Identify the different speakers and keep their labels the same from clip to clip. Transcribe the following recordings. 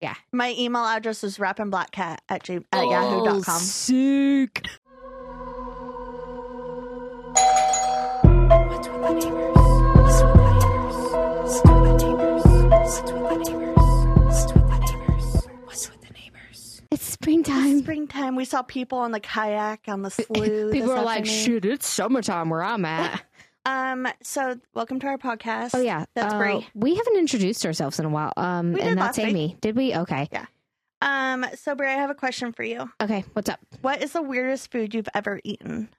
Speaker 1: Yeah.
Speaker 2: My email address is rappinblackcat at, g- at
Speaker 1: Oh,
Speaker 2: yahoo.com.
Speaker 1: Sick.
Speaker 3: It's springtime.
Speaker 2: Springtime, we saw people on the kayak on the slough.
Speaker 1: People
Speaker 2: this
Speaker 1: are like,
Speaker 2: afternoon.
Speaker 1: shoot, it's summertime where I'm at.
Speaker 2: Um, so welcome to our podcast.
Speaker 3: Oh yeah,
Speaker 2: That's
Speaker 3: uh,
Speaker 2: Bree.
Speaker 3: We haven't introduced ourselves in a while. Um,
Speaker 2: We did
Speaker 3: and that's
Speaker 2: last week.
Speaker 3: Amy. Did we? Okay.
Speaker 2: Um, so Brie, I have a question for you.
Speaker 3: Okay. What's up?
Speaker 2: What is the weirdest food you've ever eaten?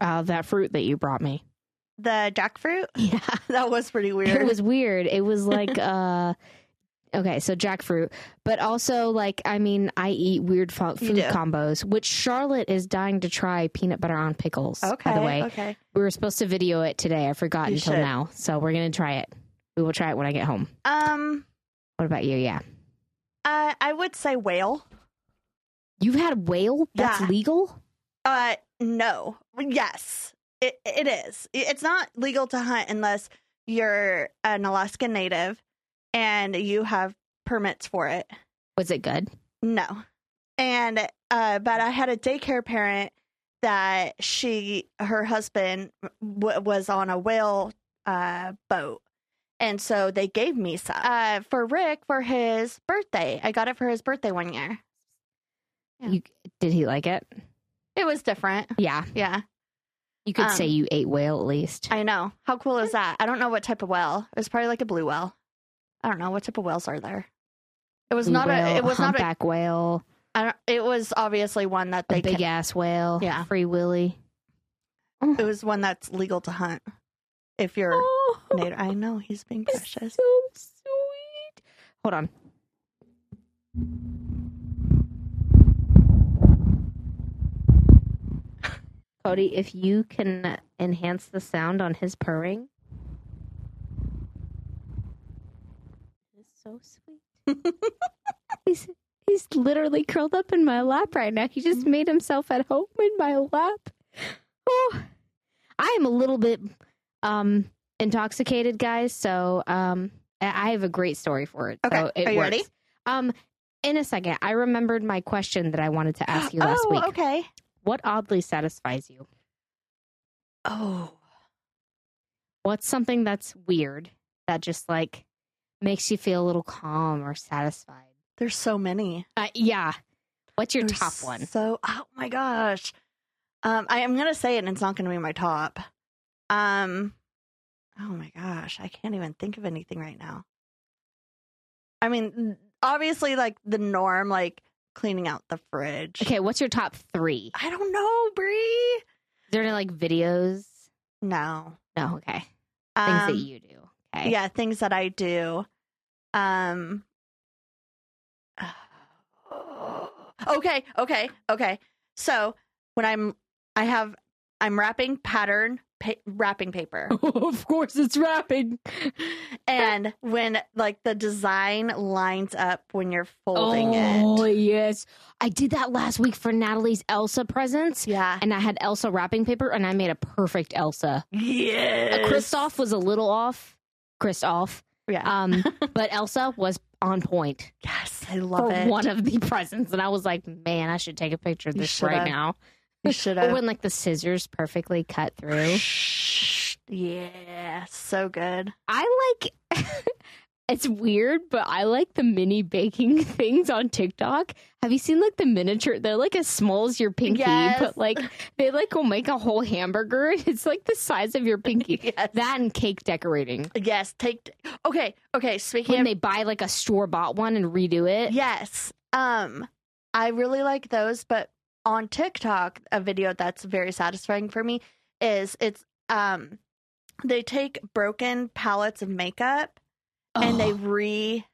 Speaker 1: Uh, that fruit that you brought me.
Speaker 2: The jackfruit?
Speaker 3: Yeah.
Speaker 2: That was pretty
Speaker 3: it
Speaker 2: weird.
Speaker 3: was weird. It was like uh, okay, so jackfruit, but also like I mean, I eat weird fo-
Speaker 2: You
Speaker 3: food
Speaker 2: do.
Speaker 3: combos, which Charlotte is dying to try peanut butter on pickles.
Speaker 2: okay.
Speaker 3: By the way,
Speaker 2: Okay.
Speaker 3: we were supposed to video it today. I forgot
Speaker 2: You
Speaker 3: until
Speaker 2: should.
Speaker 3: now, so we're gonna try it. We will try it when I get home.
Speaker 2: Um,
Speaker 3: What about you? Yeah.
Speaker 2: uh, I would say whale.
Speaker 3: You've had whale? That's
Speaker 2: Yeah.
Speaker 3: legal?
Speaker 2: Uh, no. Yes, it it is. It's not legal to hunt unless you're an Alaskan native and you have permits for it.
Speaker 3: Was it good?
Speaker 2: No. And uh but I had a daycare parent that she her husband w- was on a whale uh boat. And so they gave me some. Uh for Rick for his birthday. I got it for his birthday one year. Yeah.
Speaker 3: You did he like it?
Speaker 2: It was different.
Speaker 3: Yeah.
Speaker 2: Yeah.
Speaker 3: You could
Speaker 2: Um,
Speaker 3: say you ate whale at least.
Speaker 2: I know. How cool is that? I don't know what type of whale. It was probably like a blue whale. I don't know what type of whales are there. It was
Speaker 3: Blue
Speaker 2: not
Speaker 3: whale,
Speaker 2: a it was not a
Speaker 3: humpback whale,
Speaker 2: I don't, it was obviously one that
Speaker 3: a
Speaker 2: they
Speaker 3: big
Speaker 2: ca-
Speaker 3: ass whale,
Speaker 2: Yeah.
Speaker 3: free willy.
Speaker 2: it was one that's legal to hunt if you're
Speaker 3: Oh.
Speaker 2: Nader. I know he's being
Speaker 3: It's
Speaker 2: precious.
Speaker 3: so sweet. Hold on. Cody, if you can enhance the sound on his purring. It's so sweet. he's he's literally curled up in my lap right now. He just made himself at home in my lap. Oh, I am a little bit um intoxicated guys so um i I have a great story for it so
Speaker 2: Okay.
Speaker 3: it
Speaker 2: Are you
Speaker 3: works.
Speaker 2: ready?
Speaker 3: um in a second i remembered my question that i wanted to ask you last
Speaker 2: oh,
Speaker 3: week
Speaker 2: okay.
Speaker 3: what oddly satisfies you
Speaker 2: Oh,
Speaker 3: what's something that's weird that just like makes you feel a little calm or satisfied
Speaker 2: there's so many.
Speaker 3: uh, yeah what's your
Speaker 2: There's
Speaker 3: top one
Speaker 2: So, oh my gosh, um, I am gonna say it, and it's not gonna be my top. Um, oh my gosh, I can't even think of anything right now. I mean, obviously, like the norm, like cleaning out the fridge.
Speaker 3: okay what's your top three
Speaker 2: I don't know, Bree.
Speaker 3: is there any like videos
Speaker 2: No,
Speaker 3: no okay things
Speaker 2: um,
Speaker 3: that you do okay
Speaker 2: yeah things that i do um okay okay okay so when i'm i have i'm wrapping pattern pa- wrapping paper
Speaker 3: of course it's rapping
Speaker 2: and when like the design lines up when you're folding
Speaker 3: oh,
Speaker 2: it
Speaker 3: yes. I did that last week for Natalie's Elsa presents.
Speaker 2: yeah
Speaker 3: And I had Elsa wrapping paper and I made a perfect Elsa. Uh,
Speaker 2: yeah
Speaker 3: Kristoff was a little off. Kristoff.
Speaker 2: yeah
Speaker 3: Um, but Elsa was on point
Speaker 2: yes i love
Speaker 3: for
Speaker 2: it
Speaker 3: one of the presents. And I was like, man, I should take a picture of
Speaker 2: You
Speaker 3: this
Speaker 2: should
Speaker 3: right
Speaker 2: have.
Speaker 3: now.
Speaker 2: you should
Speaker 3: Or
Speaker 2: have
Speaker 3: when like the scissors perfectly cut through.
Speaker 2: yeah so good
Speaker 3: I like it's weird, but I like the mini baking things on TikTok. Have you seen like the miniature? They're like as small as your pinky,
Speaker 2: Yes.
Speaker 3: but like they like will make a whole hamburger. and It's like the size of your pinky.
Speaker 2: yes
Speaker 3: That and cake decorating.
Speaker 2: yes take okay okay speaking
Speaker 3: When
Speaker 2: of
Speaker 3: they buy like a store bought one and redo it.
Speaker 2: Yes. Um, I really like those, but on TikTok, a video that's very satisfying for me is it's um they take broken palettes of makeup and they redo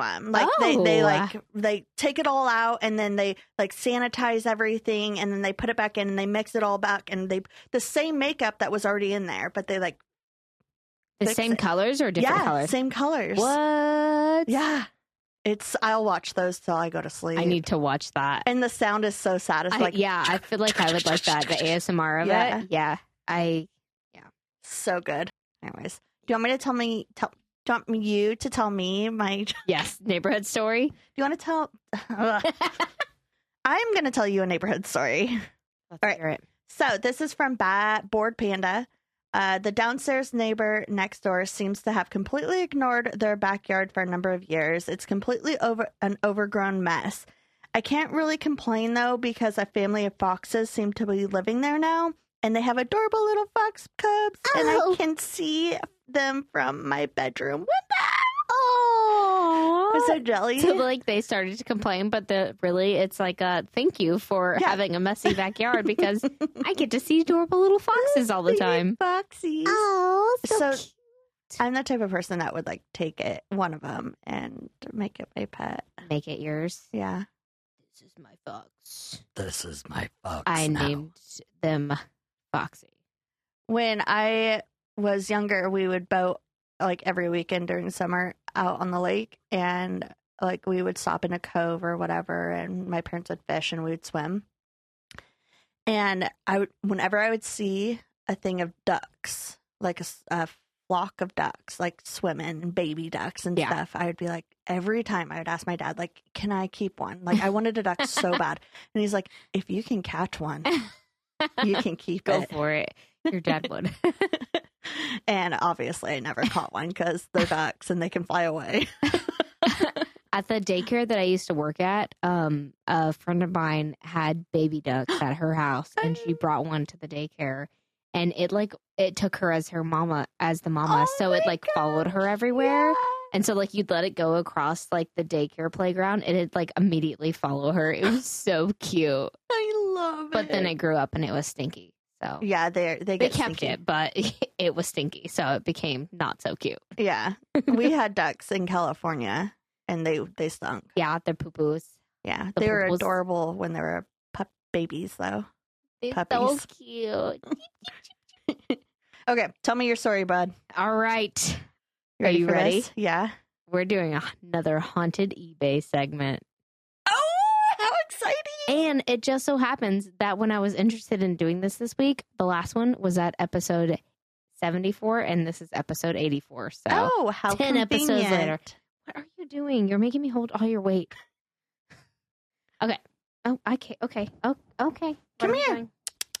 Speaker 2: them. Like they they
Speaker 3: Oh.
Speaker 2: like they take it all out and then they like sanitize everything and then they put it back in and they mix it all back and they the same makeup that was already in there, but they like
Speaker 3: the
Speaker 2: fix
Speaker 3: same
Speaker 2: it.
Speaker 3: colors or different
Speaker 2: yeah,
Speaker 3: colors?
Speaker 2: same colors.
Speaker 3: What?
Speaker 2: Yeah. It's I'll watch those till I go to sleep.
Speaker 3: I need to watch that.
Speaker 2: And the sound is so
Speaker 3: I-
Speaker 2: satisfying.
Speaker 3: yeah, I feel like I would like that. The ASMR of
Speaker 2: Yeah.
Speaker 3: it. Yeah. I
Speaker 2: So good. Anyways, do you want me to tell me tell do you want you to tell me my? Do
Speaker 3: Yes, neighborhood story.
Speaker 2: you want to tell? I'm going to tell you a neighborhood story.
Speaker 3: Let's
Speaker 2: All right.
Speaker 3: hear it.
Speaker 2: So this is from ba- Board Panda. Uh, the downstairs neighbor next door seems to have completely ignored their backyard for a number of years. It's completely over an overgrown mess. I can't really complain though because a family of foxes seem to be living there now, and they have adorable little fox cubs, and I
Speaker 4: Oh.
Speaker 2: can see them from my bedroom.
Speaker 3: Oh.
Speaker 2: I'm so jelly.
Speaker 3: So like they started to complain, but the really it's like a thank you for
Speaker 2: Yeah.
Speaker 3: having a messy backyard because I get to see adorable little foxes all the time.
Speaker 2: Foxies.
Speaker 4: Oh,
Speaker 2: So-
Speaker 4: so,
Speaker 2: I'm the type of person that would like take it one of them and make it my pet.
Speaker 3: Make it yours.
Speaker 2: Yeah.
Speaker 3: This is my fox.
Speaker 5: This is my fox.
Speaker 3: I
Speaker 5: now.
Speaker 3: named them Foxy.
Speaker 2: when I was younger, we would boat like every weekend during summer out on the lake, and like we would stop in a cove or whatever, and my parents would fish and we would swim. And I would, whenever I would see a thing of ducks, like a, s- a flock of ducks, like swimming, and baby ducks and
Speaker 3: Yeah.
Speaker 2: stuff, I would be like, every time I would ask my dad, like, can I keep one? Like, I wanted a duck so bad. And he's like, if you can catch one, you can keep
Speaker 3: Go
Speaker 2: it
Speaker 3: for it. Your dad would.
Speaker 2: and obviously, I never caught one because they're ducks and they can fly away.
Speaker 3: at the daycare that I used to work at, um, a friend of mine had baby ducks at her house, and she brought one to the daycare, and it like it took her as her mama as the mama,
Speaker 2: Oh
Speaker 3: so it
Speaker 2: my
Speaker 3: like followed her everywhere, and so like you'd let it go across like the daycare playground, and it'd like immediately follow her. It was so cute,
Speaker 2: I love
Speaker 3: but then it grew up and it was stinky, so
Speaker 2: yeah, they they
Speaker 3: they
Speaker 2: get
Speaker 3: kept
Speaker 2: stinky.
Speaker 3: it, but it was stinky, so it became not so cute.
Speaker 2: Yeah, we had ducks in California, and they they stunk.
Speaker 3: Yeah, the poo poos.
Speaker 2: Yeah,
Speaker 3: The
Speaker 2: they were
Speaker 3: bulbs.
Speaker 2: adorable when they were pup babies, though.
Speaker 3: They're so
Speaker 2: Puppies.
Speaker 3: cute.
Speaker 2: Okay, tell me your story, bud.
Speaker 3: All right.
Speaker 2: You
Speaker 3: Are you
Speaker 2: for
Speaker 3: ready?
Speaker 2: this? Yeah.
Speaker 3: we're doing a- another haunted eBay segment.
Speaker 2: Oh, how exciting!
Speaker 3: And it just so happens that when I was interested in doing this this week, the last one was at episode 74, and this is episode 84. So,
Speaker 2: Oh, how
Speaker 3: 10 episodes
Speaker 2: convenient.
Speaker 3: later. what are you doing? You're making me hold all your weight. okay. Oh, I can't. Okay. Oh, okay.
Speaker 2: Come
Speaker 3: are we
Speaker 2: here.
Speaker 3: doing?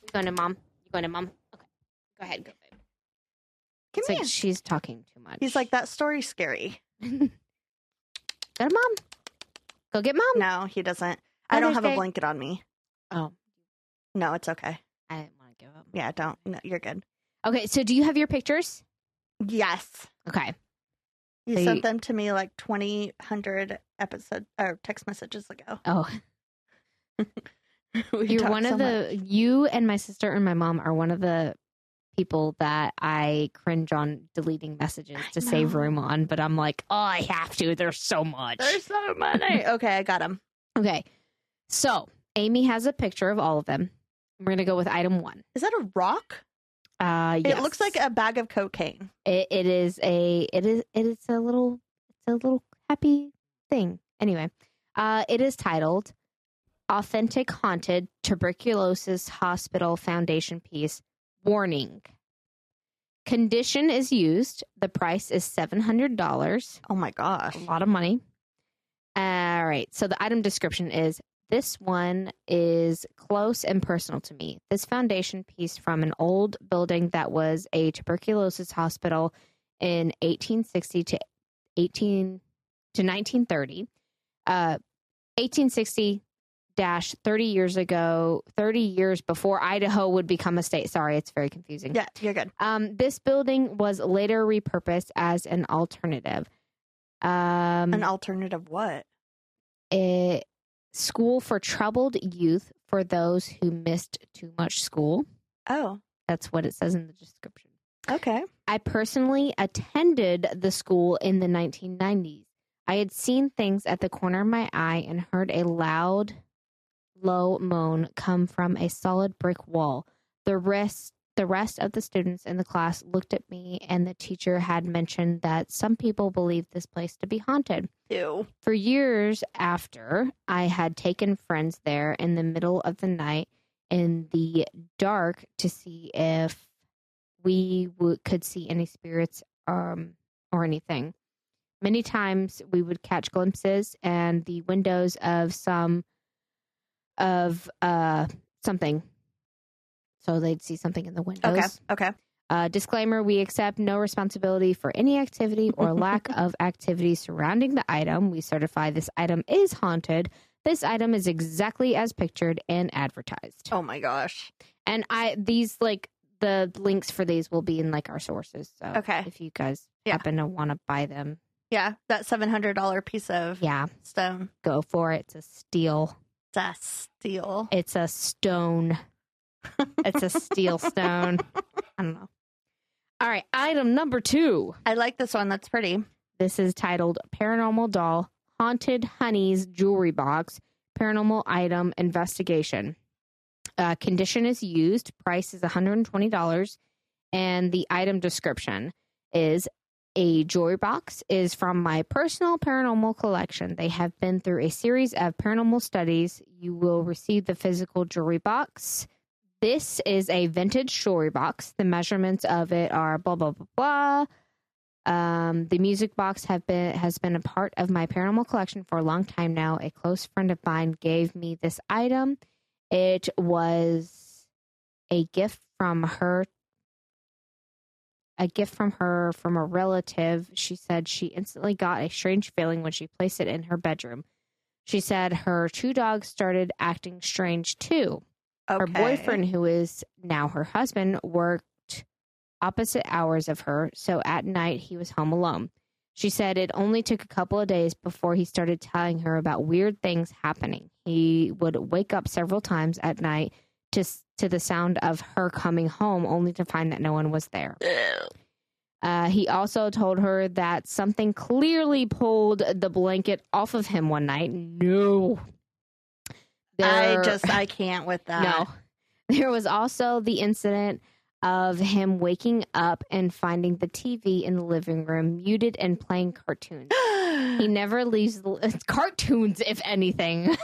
Speaker 3: You're going to mom. You're going to mom. Okay. Go ahead. Go, babe.
Speaker 2: Come
Speaker 3: It's
Speaker 2: here.
Speaker 3: like she's talking too much.
Speaker 2: He's like that story scary.
Speaker 3: Go to mom. Go get mom.
Speaker 2: No, he doesn't. I don't
Speaker 3: Mother's
Speaker 2: have
Speaker 3: Day.
Speaker 2: a blanket on me.
Speaker 3: Oh,
Speaker 2: No, it's okay.
Speaker 3: I didn't want to give up.
Speaker 2: Yeah, don't. No, you're good.
Speaker 3: Okay, so do you have your pictures?
Speaker 2: Yes.
Speaker 3: Okay.
Speaker 2: You
Speaker 3: So you-
Speaker 2: sent them to me like twenty hundred episode or text messages ago.
Speaker 3: Oh,
Speaker 2: We
Speaker 3: you're
Speaker 2: talked
Speaker 3: one
Speaker 2: so
Speaker 3: of the you and my sister and my mom are one of the people that I cringe on deleting messages
Speaker 2: I
Speaker 3: to save
Speaker 2: know.
Speaker 3: room on, but I'm like, "Oh, I have to. There's so
Speaker 2: much.
Speaker 3: much."
Speaker 2: There's so many. okay, I got them.
Speaker 3: okay. So, Amy has a picture of all of them. We're going to go with item 1.
Speaker 2: Is that a rock?
Speaker 3: Uh yes.
Speaker 2: It looks like a bag of cocaine.
Speaker 3: it, it is a it is it is a little it's a little happy thing anyway uh it is titled authentic haunted tuberculosis hospital foundation piece warning condition is used the price is $700
Speaker 2: Oh my gosh.
Speaker 3: a lot of money. All right. So the item description is this one is close and personal to me. This foundation piece from an old building that was a tuberculosis hospital in 1860 to 18 to 1930. Uh 1860 dash 30 years ago, 30 years before Idaho would become a state. Sorry, it's very confusing.
Speaker 2: Yeah, you're good.
Speaker 3: Um, this building was later repurposed as an alternative. Um,
Speaker 2: An alternative what?
Speaker 3: a school for troubled youth for those who missed too much school.
Speaker 2: Oh,
Speaker 3: That's what it says in the description.
Speaker 2: okay.
Speaker 3: I personally attended the school in the 1990s. I had seen things at the corner of my eye and heard a loud, low moan come from a solid brick wall. The rest, the rest of the students in the class looked at me, and the teacher had mentioned that some people believed this place to be haunted.
Speaker 2: Ew.
Speaker 3: For years after, I had taken friends there in the middle of the night in the dark to see if we w- could see any spirits um, or anything. Many times we would catch glimpses and the windows of some of uh something. So they'd see something in the windows.
Speaker 2: Okay. Okay.
Speaker 3: Uh, disclaimer We accept no responsibility for any activity or lack of activity surrounding the item. We certify this item is haunted. This item is exactly as pictured and advertised.
Speaker 2: Oh my gosh.
Speaker 3: And I, these, like, the links for these will be in, like, our sources. So
Speaker 2: Okay.
Speaker 3: if you guys
Speaker 2: Yeah.
Speaker 3: happen to want to buy them,
Speaker 2: Yeah, that seven hundred dollar piece of
Speaker 3: yeah,
Speaker 2: stone.
Speaker 3: go for it. It's a steal.
Speaker 2: It's a steal.
Speaker 3: It's a stone. It's a steel stone. I don't know. All right. Item number two.
Speaker 2: I like this one. That's pretty.
Speaker 3: This is titled Paranormal Doll Haunted Honey's Jewelry Box Paranormal Item Investigation. Uh, condition is used, price is $120, and the item description is a jewelry box is from my personal paranormal collection. They have been through a series of paranormal studies. You will receive the physical jewelry box. This is a vintage jewelry box. The measurements of it are blah blah blah blah. Um, the music box have been has been a part of my paranormal collection for a long time now. A close friend of mine gave me this item. It was a gift from her a gift from her from a relative. She said she instantly got a strange feeling when she placed it in her bedroom. She said her two dogs started acting strange too
Speaker 2: Okay.
Speaker 3: her boyfriend who is now her husband worked opposite hours of her so at night he was home alone she said it only took a couple of days before he started telling her about weird things happening he would wake up several times at night to s- to the sound of her coming home only to find that no one was there uh, he also told her that something clearly pulled the blanket off of him one night no
Speaker 2: I
Speaker 3: There-
Speaker 2: just I can't with that.
Speaker 3: no. There was also the incident of him waking up and finding the TV in the living room muted and playing cartoons. He never leaves the it's cartoons, if anything.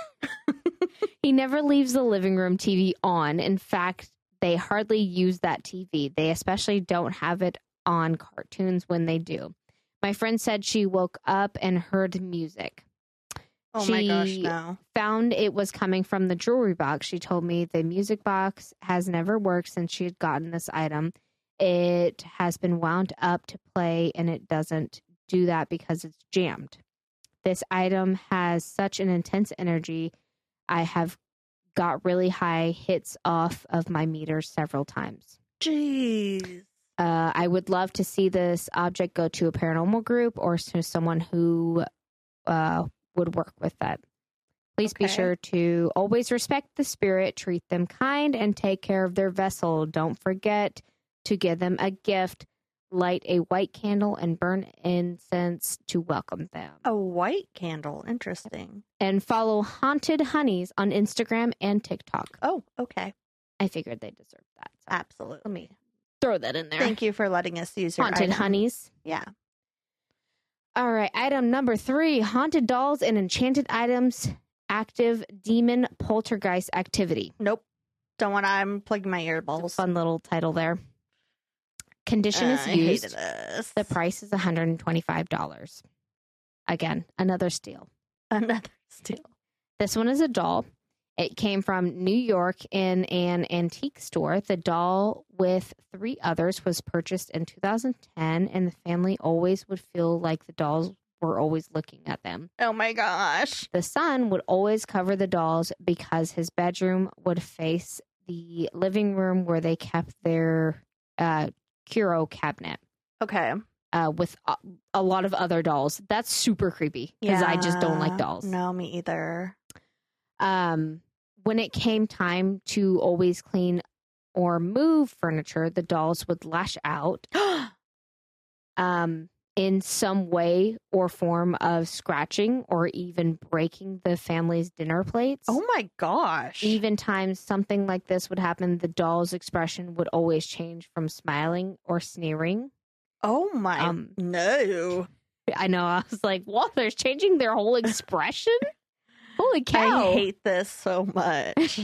Speaker 3: he never leaves the living room TV on. In fact, they hardly use that TV. They especially don't have it on cartoons when they do. My friend said she woke up and heard music
Speaker 2: oh my gosh,
Speaker 3: she-
Speaker 2: no.
Speaker 3: found it was coming from the jewelry box. She told me the music box has never worked since she had gotten this item. It has been wound up to play and it doesn't do that because it's jammed. This item has such an intense energy. I have got really high hits off of my meter several times.
Speaker 2: Jeez.
Speaker 3: Uh, I would love to see this object go to a paranormal group or to someone who uh, would work with that. Please be
Speaker 2: Okay.
Speaker 3: sure to always respect the spirit, treat them kind, and take care of their vessel. Don't forget to give them a gift, light a white candle, and burn incense to welcome them.
Speaker 2: A white candle. Interesting.
Speaker 3: And follow Haunted Honeys on Instagram and TikTok.
Speaker 2: Oh, okay.
Speaker 3: I figured they deserve that. So
Speaker 2: Absolutely.
Speaker 3: let me throw that in there.
Speaker 2: Thank you for letting us use your
Speaker 3: Haunted
Speaker 2: item.
Speaker 3: Honeys.
Speaker 2: Yeah.
Speaker 3: All right, item number three haunted dolls and enchanted items, active demon poltergeist activity.
Speaker 2: Nope. Don't want. I'm plugging my
Speaker 3: It's a
Speaker 2: earballs.
Speaker 3: Fun little title there. Condition
Speaker 2: Uh,
Speaker 3: is
Speaker 2: I hated
Speaker 3: used.
Speaker 2: this.
Speaker 3: The price is $125. Again, another steal.
Speaker 2: Another steal.
Speaker 3: This one is a doll. It came from New York in an antique store. The doll with three others was purchased in 2010, and the family always would feel like the dolls were always looking at them.
Speaker 2: Oh my gosh.
Speaker 3: The son would always cover the dolls because his bedroom would face the living room where they kept their uh, Kuro cabinet
Speaker 2: Okay.
Speaker 3: uh, with a, a lot of other dolls. That's super creepy because I just don't like
Speaker 2: Yeah.
Speaker 3: dolls.
Speaker 2: No, me either.
Speaker 3: Um, when it came time to always clean or move furniture, the dolls would lash out um, in some way or form of scratching or even breaking the family's dinner plates.
Speaker 2: Oh my gosh.
Speaker 3: even times something like this would happen, the doll's expression would always change from smiling or sneering.
Speaker 2: oh my
Speaker 3: Um,
Speaker 2: no.
Speaker 3: I know. I was like, "What? They're changing their whole expression? Holy cow!"
Speaker 2: I hate this so much.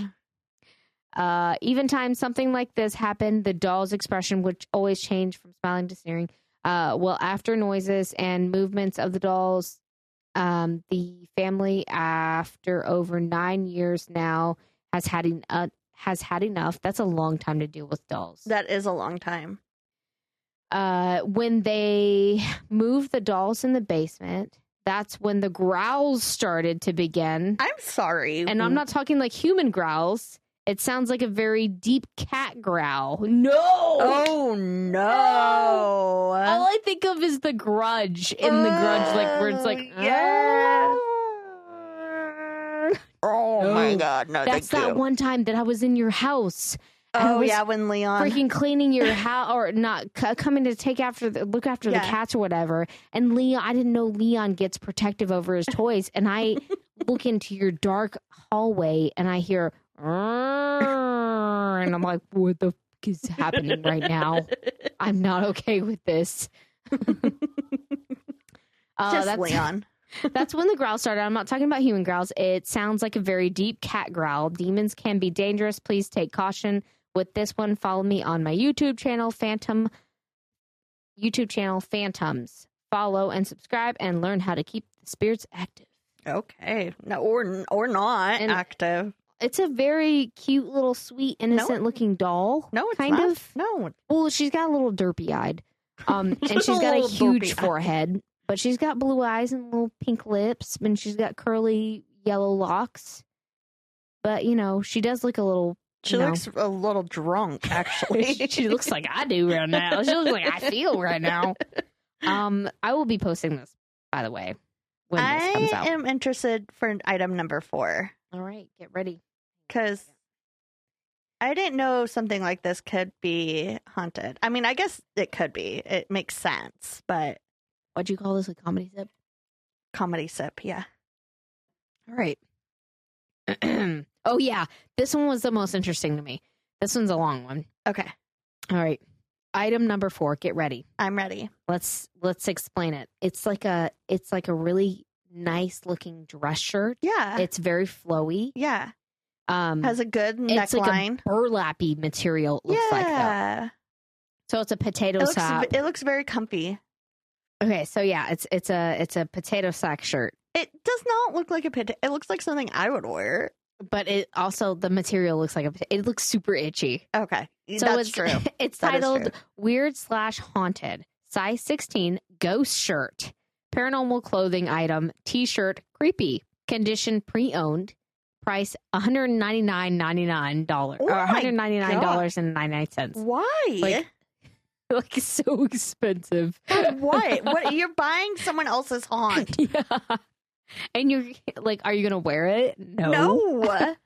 Speaker 3: uh, even times something like this happened, the doll's expression would always change from smiling to sneering. Uh, well, after noises and movements of the dolls, um, the family, after over nine years now, has had en- uh, has had enough. That's a long time to deal with dolls.
Speaker 2: That is a long time.
Speaker 3: Uh, when they moved the dolls in the basement, that's when the growls started to begin.
Speaker 2: I'm sorry.
Speaker 3: And I'm not talking like human growls. It sounds like a very deep cat growl. No.
Speaker 2: Oh no.
Speaker 3: All I think of is the grudge in the grudge, like where it's like,
Speaker 2: Oh, yeah.
Speaker 3: "Ah."
Speaker 2: Oh
Speaker 3: No.
Speaker 2: my god, no,
Speaker 3: that's
Speaker 2: thank
Speaker 3: that
Speaker 2: you.
Speaker 3: one time that I was in your house, and I
Speaker 2: Oh
Speaker 3: was
Speaker 2: yeah, when Leon
Speaker 3: freaking cleaning your house or not c- coming to take after the look after the
Speaker 2: Yeah.
Speaker 3: cats or whatever. And Leon, I didn't know Leon gets protective over his toys, and I look into your dark hallway and I hear, "Arrrr," and I'm like, what the f- is happening right now? I'm not okay with this. Uh,
Speaker 2: just
Speaker 3: that's-
Speaker 2: Leon.
Speaker 3: that's when the growl started. I'm not talking about human growls. It sounds like a very deep cat growl. Demons can be dangerous. Please take caution with this one. Follow me on my YouTube channel, Phantom YouTube channel, Phantoms. Follow and subscribe and learn how to keep the spirits active.
Speaker 2: Okay. No, or or not
Speaker 3: And-
Speaker 2: active.
Speaker 3: It's a very cute little sweet innocent looking doll.
Speaker 2: No, it's
Speaker 3: kind
Speaker 2: not.
Speaker 3: of.
Speaker 2: No.
Speaker 3: Well, she's got a little derpy eyed. Um and she's got a
Speaker 2: Little
Speaker 3: huge
Speaker 2: derpy-eyed.
Speaker 3: forehead, but she's got blue eyes and little pink lips and she's got curly yellow locks. But, you know, she does look a little
Speaker 2: She
Speaker 3: No.
Speaker 2: looks a little drunk, actually.
Speaker 3: she looks like I do right now. She looks like I feel right now. Um I will be posting this by the way when this
Speaker 2: I
Speaker 3: comes out.
Speaker 2: am interested for item number four
Speaker 3: All right, get ready.
Speaker 2: because I didn't know something like this could be haunted. I mean, I guess it could be. It makes sense, but
Speaker 3: What'd you call this a comedy zip?
Speaker 2: comedy sip, yeah.
Speaker 3: All right. oh yeah, this one was the most interesting to me. This one's a long one.
Speaker 2: Okay,
Speaker 3: All right. Item number 4, get ready.
Speaker 2: I'm ready.
Speaker 3: Let's let's explain it. It's like a it's like a really nice looking dress shirt.
Speaker 2: Yeah,
Speaker 3: It's very flowy.
Speaker 2: yeah.
Speaker 3: Um
Speaker 2: Ah. Has a good
Speaker 3: it's like
Speaker 2: neckline.
Speaker 3: a burlappy material it looks like though.
Speaker 2: yeah,
Speaker 3: So it's a potato
Speaker 2: it looks
Speaker 3: sack.
Speaker 2: it looks very comfy.
Speaker 3: okay, so yeah, it's it's a it's a potato sack shirt,
Speaker 2: It does not look like a pit. It looks like something I would wear.
Speaker 3: but it also the material looks like a pota- it looks super itchy.
Speaker 2: Okay,
Speaker 3: So
Speaker 2: that's
Speaker 3: it's
Speaker 2: true.
Speaker 3: it's
Speaker 2: That is
Speaker 3: titled
Speaker 2: true.
Speaker 3: Weird slash Haunted, size 16, ghost shirt, paranormal clothing item, t shirt, creepy, condition pre owned, price $199.99
Speaker 2: Oh
Speaker 3: or
Speaker 2: my
Speaker 3: $199.99.
Speaker 2: Why?
Speaker 3: Like- Like, so expensive.
Speaker 2: Like what? What? You're buying someone else's haunt?
Speaker 3: yeah. And you're like, are you going to wear it? No.
Speaker 2: no.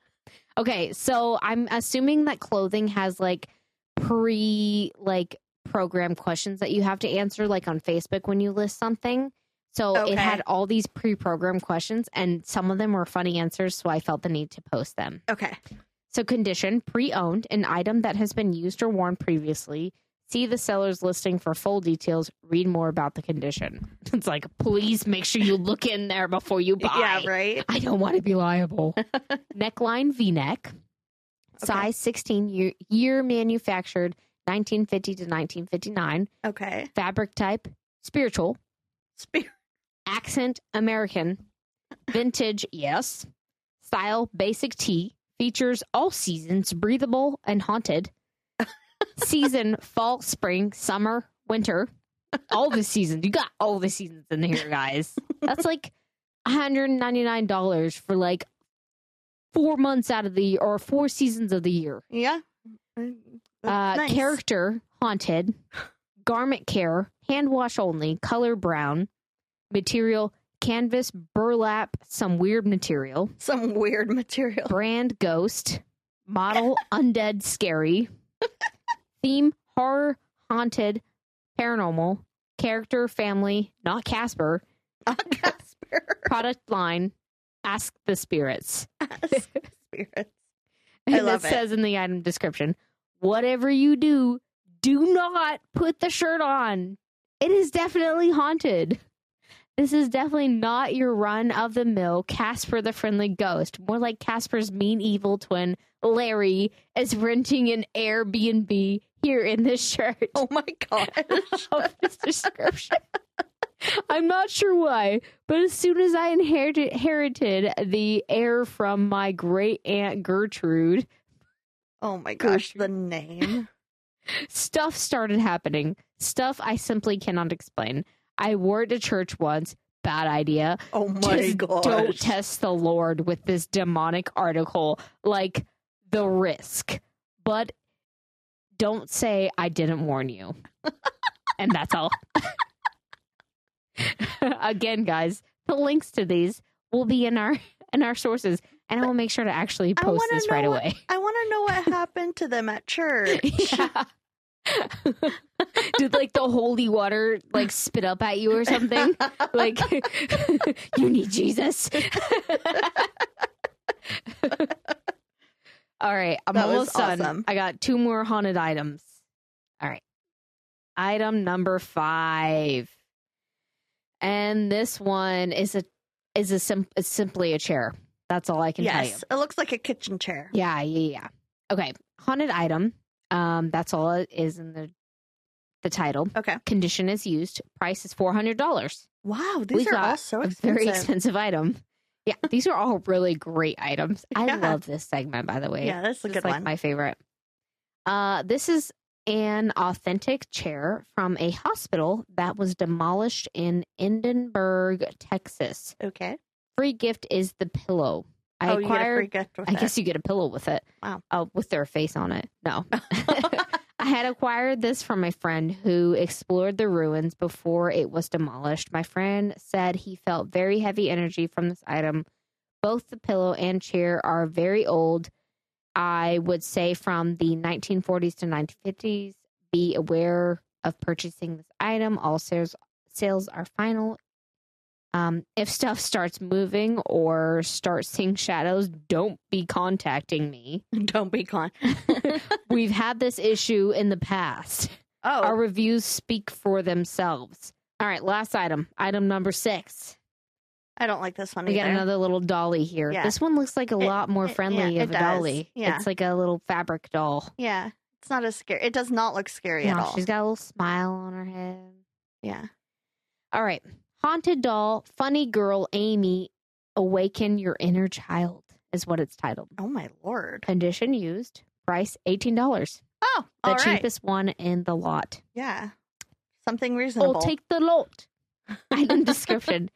Speaker 3: Okay, so I'm assuming that clothing has like pre like program questions that you have to answer like on Facebook when you list something. So
Speaker 2: Okay.
Speaker 3: it had all these pre-programmed questions and some of them were funny answers so I felt the need to post them.
Speaker 2: Okay.
Speaker 3: So condition pre-owned an item that has been used or worn previously. See the seller's listing for full details. Read more about the condition. It's like please make sure you look in there before you buy.
Speaker 2: Yeah, right.
Speaker 3: I don't want to be liable. Neckline V neck, size 16, year, year manufactured 1950 to 1959.
Speaker 2: Okay.
Speaker 3: Fabric type, spiritual.
Speaker 2: Spirit.
Speaker 3: Accent, American. Vintage, yes. Style, basic tee. Features, all seasons, breathable and haunted. Season, fall, spring, summer, winter. All the seasons. You got all the seasons in here, guys. That's like $199 for like four months out of the year or four seasons of the year.
Speaker 2: Yeah.
Speaker 3: Uh,
Speaker 2: Oh, Nice.
Speaker 3: Character haunted, garment care, hand wash only, color brown, material canvas, burlap, some weird material,
Speaker 2: Some weird material.
Speaker 3: brand ghost, model undead scary, theme horror haunted, paranormal, character family, not Casper,
Speaker 2: Casper.
Speaker 3: product line, ask the spirits.
Speaker 2: Spirits.
Speaker 3: And
Speaker 2: I love
Speaker 3: it
Speaker 2: it.
Speaker 3: says in the item description, whatever you do, do not put the shirt on. It is definitely haunted. This is definitely not your run of the mill Casper the Friendly Ghost. More like Casper's mean evil twin, Larry, is renting an Airbnb.
Speaker 4: here in this shirt
Speaker 2: Oh my gosh.
Speaker 4: of this description. I'm not sure why, but as soon as I inherited, inherited the heir from my great aunt Gertrude,
Speaker 2: Oh my gosh, the name.
Speaker 4: stuff started happening. Stuff I simply cannot explain. I wore it to church once. Bad idea.
Speaker 2: Oh my
Speaker 4: Just
Speaker 2: gosh.
Speaker 4: don't test the Lord with this demonic article, like the risk. But don't say I didn't warn you. and that's all. Again, guys, the links to these will be in our in our sources, and I will make sure to actually
Speaker 2: I
Speaker 4: post
Speaker 2: wanna
Speaker 4: this right
Speaker 2: know
Speaker 4: away.
Speaker 2: I want to know what happened to them at church.
Speaker 4: Yeah. Did like the holy water like spit up at you or something? like you need jesus all right i'm
Speaker 2: That was
Speaker 4: almost done
Speaker 2: awesome.
Speaker 3: I
Speaker 4: i got two more haunted items all right item number five and this one is a is a sim- is simply a chair that's all i can tell you
Speaker 2: yes, it looks like a kitchen chair.
Speaker 4: yeah
Speaker 3: yeah, yeah. Okay, haunted item. Um, that's all it is in the the title.
Speaker 2: Okay.
Speaker 3: Condition is used. Price is four hundred dollars.
Speaker 2: Wow, these
Speaker 3: We
Speaker 2: are all
Speaker 3: got
Speaker 2: so
Speaker 3: A
Speaker 2: expensive.
Speaker 3: very expensive item. Yeah, these are all really great items. I
Speaker 2: Yeah.
Speaker 3: love this segment, by the way.
Speaker 2: yeah, that's a
Speaker 3: This
Speaker 2: good
Speaker 3: is like
Speaker 2: one.
Speaker 3: my favorite. Uh, this is an authentic chair from a hospital that was demolished in Hindenburg, Texas.
Speaker 2: okay.
Speaker 3: Free gift is the pillow. I
Speaker 2: oh, you get a
Speaker 3: acquired
Speaker 2: free gift with
Speaker 3: I
Speaker 2: it.
Speaker 3: guess you get a pillow with it.
Speaker 2: Wow.
Speaker 3: Uh, with their face on it. No. I had acquired this from my friend who explored the ruins before it was demolished. My friend said he felt very heavy energy from this item. Both the pillow and chair are very old. I would say from the 1940s to 1950s. Be aware of purchasing this item. All sales sales are final. Um, if stuff starts moving or starts seeing shadows, don't be contacting me.
Speaker 2: Don't be gone.
Speaker 3: We've had this issue in the past.
Speaker 2: Oh,
Speaker 3: Our reviews speak for themselves. All right, last item, item number six.
Speaker 2: I don't like this one
Speaker 3: We
Speaker 2: either.
Speaker 3: got another little dolly here.
Speaker 2: Yeah.
Speaker 3: This one looks like a
Speaker 2: It-
Speaker 3: lot more
Speaker 2: it- yeah,
Speaker 3: friendly
Speaker 2: it
Speaker 3: of a
Speaker 2: does.
Speaker 3: dolly.
Speaker 2: Yeah.
Speaker 3: It's like a little fabric doll.
Speaker 2: Yeah, it's not as scary. It does not look scary at
Speaker 3: No,
Speaker 2: all.
Speaker 3: she's got a little smile on her head.
Speaker 2: Yeah.
Speaker 3: All right, haunted doll, funny girl, Amy, awaken your inner child is what it's titled.
Speaker 2: Oh my lord.
Speaker 3: Condition used, price eighteen dollars,
Speaker 2: Oh,
Speaker 3: the
Speaker 2: all right.
Speaker 3: cheapest one in the lot.
Speaker 2: Yeah, something
Speaker 3: Oh,
Speaker 2: reasonable.
Speaker 3: take the lot. Item description.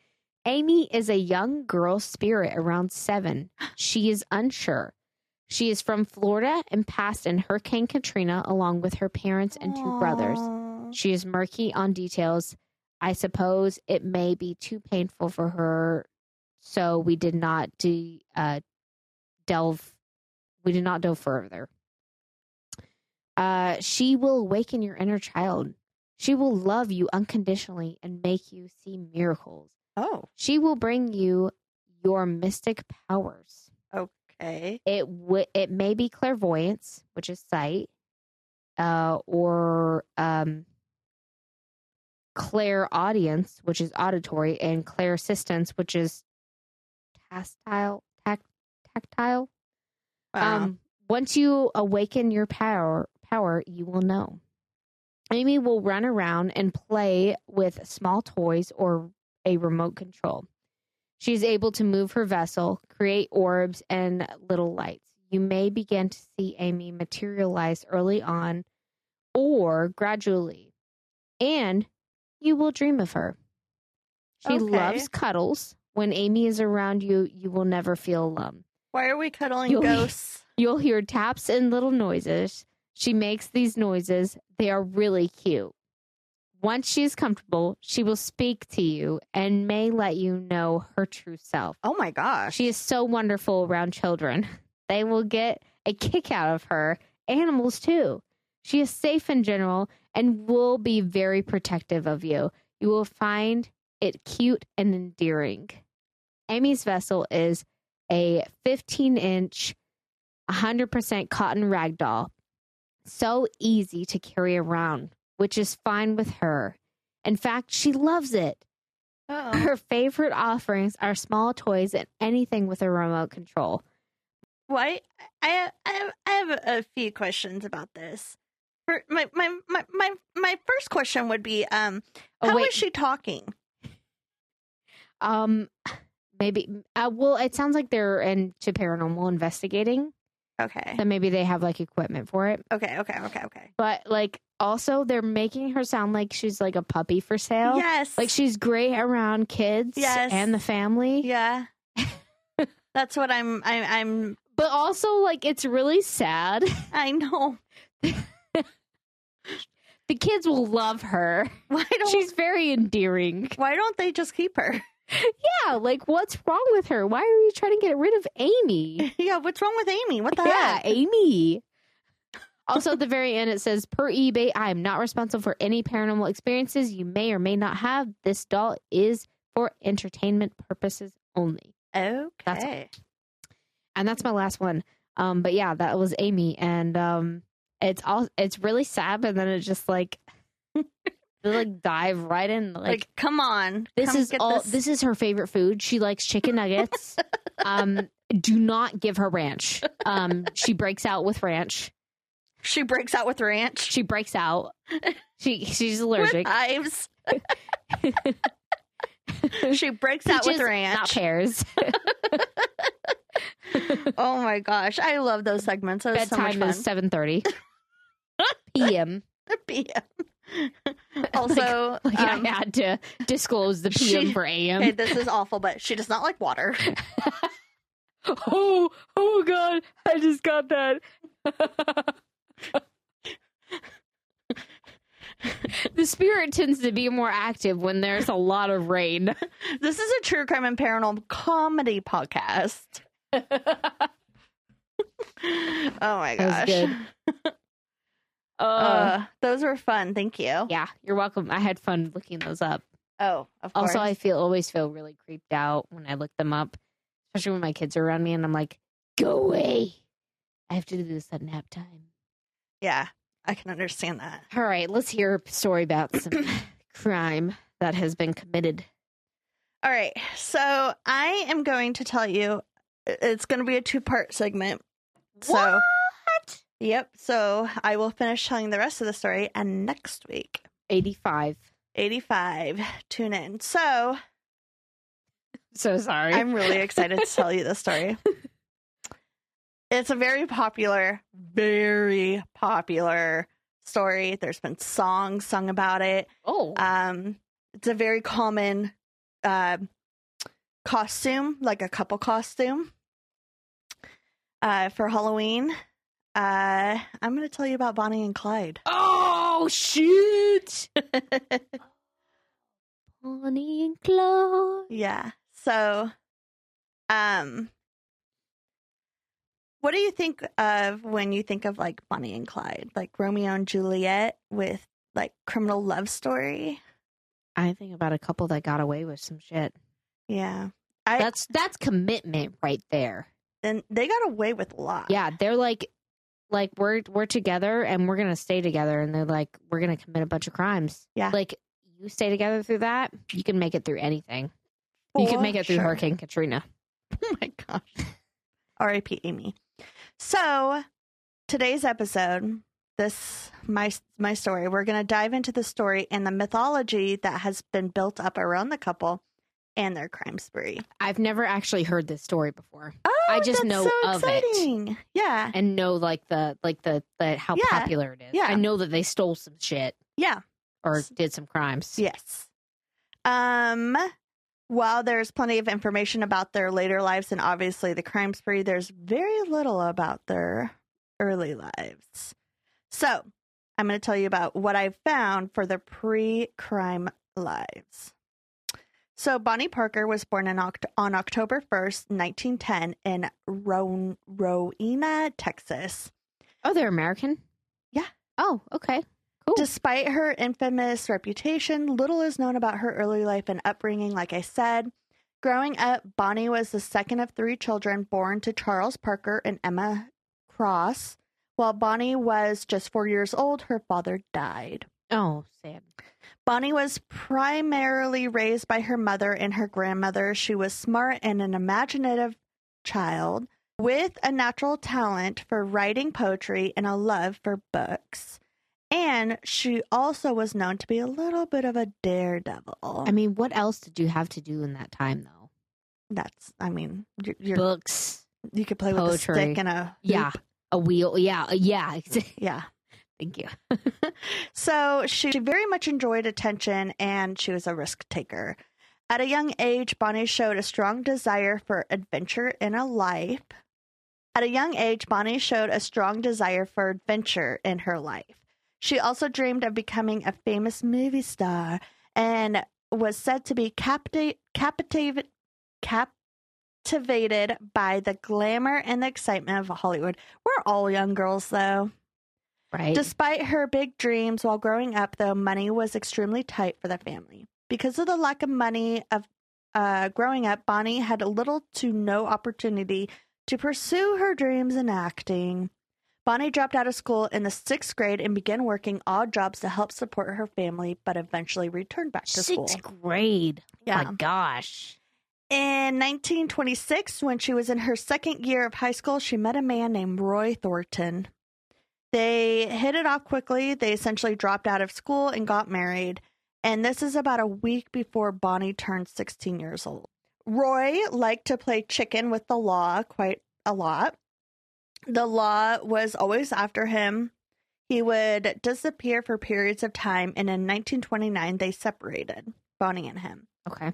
Speaker 3: Amy is a young girl spirit around seven. She is unsure. She is from Florida and passed in Hurricane Katrina along with her parents and two brothers.
Speaker 2: Aw.
Speaker 3: She is murky on details. I suppose it may be too painful for her, so we did not de- uh, delve. We did not delve further. Uh, she will awaken your inner child. She will love you unconditionally and make you see miracles.
Speaker 2: Oh,
Speaker 3: She will bring you your mystic powers.
Speaker 2: okay.
Speaker 3: It w- it may be clairvoyance, which is sight, uh, or um, clairaudience, which is auditory, and clairassistance, which is tactile. Tact, tactile.
Speaker 2: Wow.
Speaker 3: Um, once you awaken your power, power, you will know. Amy will run around and play with small toys or a remote control. She is able to move her vessel, create orbs and little lights. You may begin to see Amy materialize early on or gradually, and you will dream of her. She
Speaker 2: Okay.
Speaker 3: loves cuddles. When Amy is around you, you will never feel alone.
Speaker 2: Why are we cuddling
Speaker 3: You'll-
Speaker 2: ghosts?
Speaker 3: You'll hear taps and little noises. She makes these noises. They are really cute. Once she is comfortable, she will speak to you and may let you know her true self.
Speaker 2: Oh my gosh.
Speaker 3: She is so wonderful around children. They will get a kick out of her, animals too. She is safe in general and will be very protective of you. You will find it cute and endearing. Amy's vessel is a 15 inch, 100% cotton rag doll. So easy to carry around, which is fine with her. In fact, she loves it.
Speaker 2: Oh.
Speaker 3: Her favorite offerings are small toys and anything with a remote control.
Speaker 2: Why? I I have, I have a few questions about this. fir- my, my my my my first question would be um
Speaker 3: Oh,
Speaker 2: how
Speaker 3: wait.
Speaker 2: was she talking?
Speaker 3: Um, maybe. Uh, well, it sounds like they're into paranormal investigating,
Speaker 2: Okay.
Speaker 3: so maybe they have like equipment for it.
Speaker 2: Okay, okay, okay, okay.
Speaker 3: But like, also they're making her sound like she's like a puppy for sale.
Speaker 2: Yes.
Speaker 3: Like she's great around kids
Speaker 2: Yes.
Speaker 3: and the family.
Speaker 2: Yeah. That's what I'm I I'm
Speaker 3: But also like it's really sad.
Speaker 2: I know.
Speaker 3: The kids will love her.
Speaker 2: Why don't
Speaker 3: She's very endearing.
Speaker 2: why don't they just keep her?
Speaker 3: Yeah, like what's wrong with her? Why are you trying to get rid of Amy?
Speaker 2: yeah, what's wrong with Amy? What the
Speaker 3: Yeah,
Speaker 2: heck?
Speaker 3: Amy. Also, at the very end, it says, per eBay, I am not responsible for any paranormal experiences you may or may not have. This doll is for entertainment purposes only.
Speaker 2: Okay.
Speaker 3: and that's my last one. Um, but yeah, that was Amy, and um, it's all it's really sad, but then it just like they, like dive right in. Like,
Speaker 2: Like, come on.
Speaker 3: this
Speaker 2: Come
Speaker 3: is
Speaker 2: get
Speaker 3: all
Speaker 2: this.
Speaker 3: this. is her favorite food. She likes chicken nuggets. um, do not give her ranch. Um, she breaks out with ranch.
Speaker 2: She breaks out with ranch.
Speaker 3: She breaks out. She she's
Speaker 2: With
Speaker 3: allergic.
Speaker 2: hives. she breaks out with
Speaker 3: Peaches, Not
Speaker 2: ranch.
Speaker 3: pears.
Speaker 2: Oh my gosh. I love those segments. That was so
Speaker 3: Bedtime
Speaker 2: much
Speaker 3: is seven thirty p.m.
Speaker 2: fun. PM. also,
Speaker 3: Like
Speaker 2: um,
Speaker 3: I had to disclose the p.m.
Speaker 2: she-
Speaker 3: for a.m.
Speaker 2: okay, this is awful, but she does not like water.
Speaker 3: Oh, oh god, I just got that. the spirit tends to be more active when there's a lot of rain.
Speaker 2: This is a true crime and paranormal comedy podcast.
Speaker 3: Uh,
Speaker 2: oh my
Speaker 3: That was
Speaker 2: gosh.
Speaker 3: good. Uh,
Speaker 2: Uh, those were fun. Thank you.
Speaker 3: yeah, you're welcome. I had fun looking those up.
Speaker 2: Oh, of course.
Speaker 3: Also, I feel always feel really creeped out when I look them up, especially when my kids are around me and I'm like, "Go away." I have to do this at nap time.
Speaker 2: yeah, I can understand that.
Speaker 3: All right, let's hear a story about some crime that has been committed.
Speaker 2: All right. So I am going to tell you it's going to be a two part segment. So,
Speaker 3: What?
Speaker 2: yep. So I will finish telling the rest of the story and next week,
Speaker 3: 85.
Speaker 2: 85, tune in. So
Speaker 3: So sorry.
Speaker 2: I'm really excited to tell you this story. It's a very popular, very popular story. There's been songs sung about it.
Speaker 3: oh,
Speaker 2: Um, it's a very common uh, costume, like a couple costume uh, for Halloween. Uh, I'm going to tell you about Bonnie and Clyde.
Speaker 3: oh shoot! Bonnie and Clyde.
Speaker 2: yeah. So, um, what do you think of when you think of like Bonnie and Clyde, like Romeo and Juliet with like criminal love story?
Speaker 3: I think about a couple that got away with some shit.
Speaker 2: Yeah. I,
Speaker 3: That's that's commitment right there.
Speaker 2: and they got away with a lot.
Speaker 3: Yeah, they're like, like we're we're together and we're gonna stay together, and they're like we're gonna commit a bunch of crimes.
Speaker 2: Yeah.
Speaker 3: like you stay together through that, you can make it through anything. you
Speaker 2: For
Speaker 3: can make it through
Speaker 2: sure.
Speaker 3: Hurricane Katrina.
Speaker 2: Oh my gosh. R.I.P. Amy. So today's episode, this my my story. We're going to dive into the story and the mythology that has been built up around the couple and their crime spree.
Speaker 3: I've never actually heard this story before,
Speaker 2: Oh,
Speaker 3: I just know of it.
Speaker 2: it. Yeah,
Speaker 3: and know like the like the, the how
Speaker 2: Yeah.
Speaker 3: popular it is.
Speaker 2: Yeah.
Speaker 3: I know that they stole some shit.
Speaker 2: yeah,
Speaker 3: or
Speaker 2: S-
Speaker 3: did some crimes.
Speaker 2: yes. Um, while there's plenty of information about their later lives and obviously the crime spree, there's very little about their early lives. So I'm going to tell you about what I found for the pre crime lives. So Bonnie Parker was born in Oct- on October 1st, 1910, in Ro- Rowena, Texas.
Speaker 3: Oh, they're American?
Speaker 2: Yeah.
Speaker 3: Oh, okay. Cool.
Speaker 2: Despite her infamous reputation, little is known about her early life and upbringing, like I said. Growing up, Bonnie was the second of three children born to Charles Parker and Emma Cross. While Bonnie was just four years old, her father died.
Speaker 3: oh, sad.
Speaker 2: Bonnie was primarily raised by her mother and her grandmother. She was smart and an imaginative child with a natural talent for writing poetry and a love for books. And she also was known to be a little bit of a daredevil.
Speaker 3: I mean, what else did you have to do in that time though?
Speaker 2: that's, I mean, you're, you're,
Speaker 3: Books,
Speaker 2: you could play with
Speaker 3: poetry.
Speaker 2: a stick and a
Speaker 3: yeah, a wheel, yeah, Uh, yeah. Thank
Speaker 2: yeah.
Speaker 3: you.
Speaker 2: So she very much enjoyed attention and she was a risk taker. At a young age, Bonnie showed a strong desire for adventure in a life. At a young age, Bonnie showed a strong desire for adventure in her life. She also dreamed of becoming a famous movie star and was said to be capti- captivated captivated by the glamour and the excitement of Hollywood. We're all young girls though.
Speaker 3: Right.
Speaker 2: Despite her big dreams while growing up, though, money was extremely tight for the family. Because of the lack of money of uh, growing up, Bonnie had little to no opportunity to pursue her dreams in acting. Bonnie dropped out of school in the sixth grade and began working odd jobs to help support her family, but eventually returned back to school.
Speaker 3: Sixth grade. My gosh.
Speaker 2: In 1926, when she was in her second year of high school, she met a man named Roy Thornton. They hit it off quickly. They essentially dropped out of school and got married. And this is about a week before Bonnie turned 16 years old. Roy liked to play chicken with the law quite a lot. The law was always after him. He would disappear for periods of time. And in 1929, they separated, Bonnie and him.
Speaker 3: Okay.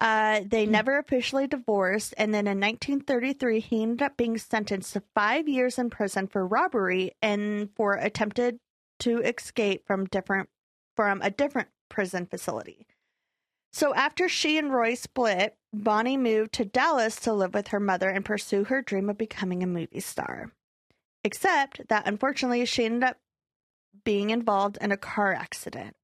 Speaker 2: Uh, they
Speaker 3: Hmm.
Speaker 2: never officially divorced, and then in 1933, he ended up being sentenced to five years in prison for robbery and for attempted to escape from different from a different prison facility. So after she and Roy split, Bonnie moved to Dallas to live with her mother and pursue her dream of becoming a movie star. Except that unfortunately, she ended up being involved in a car accident.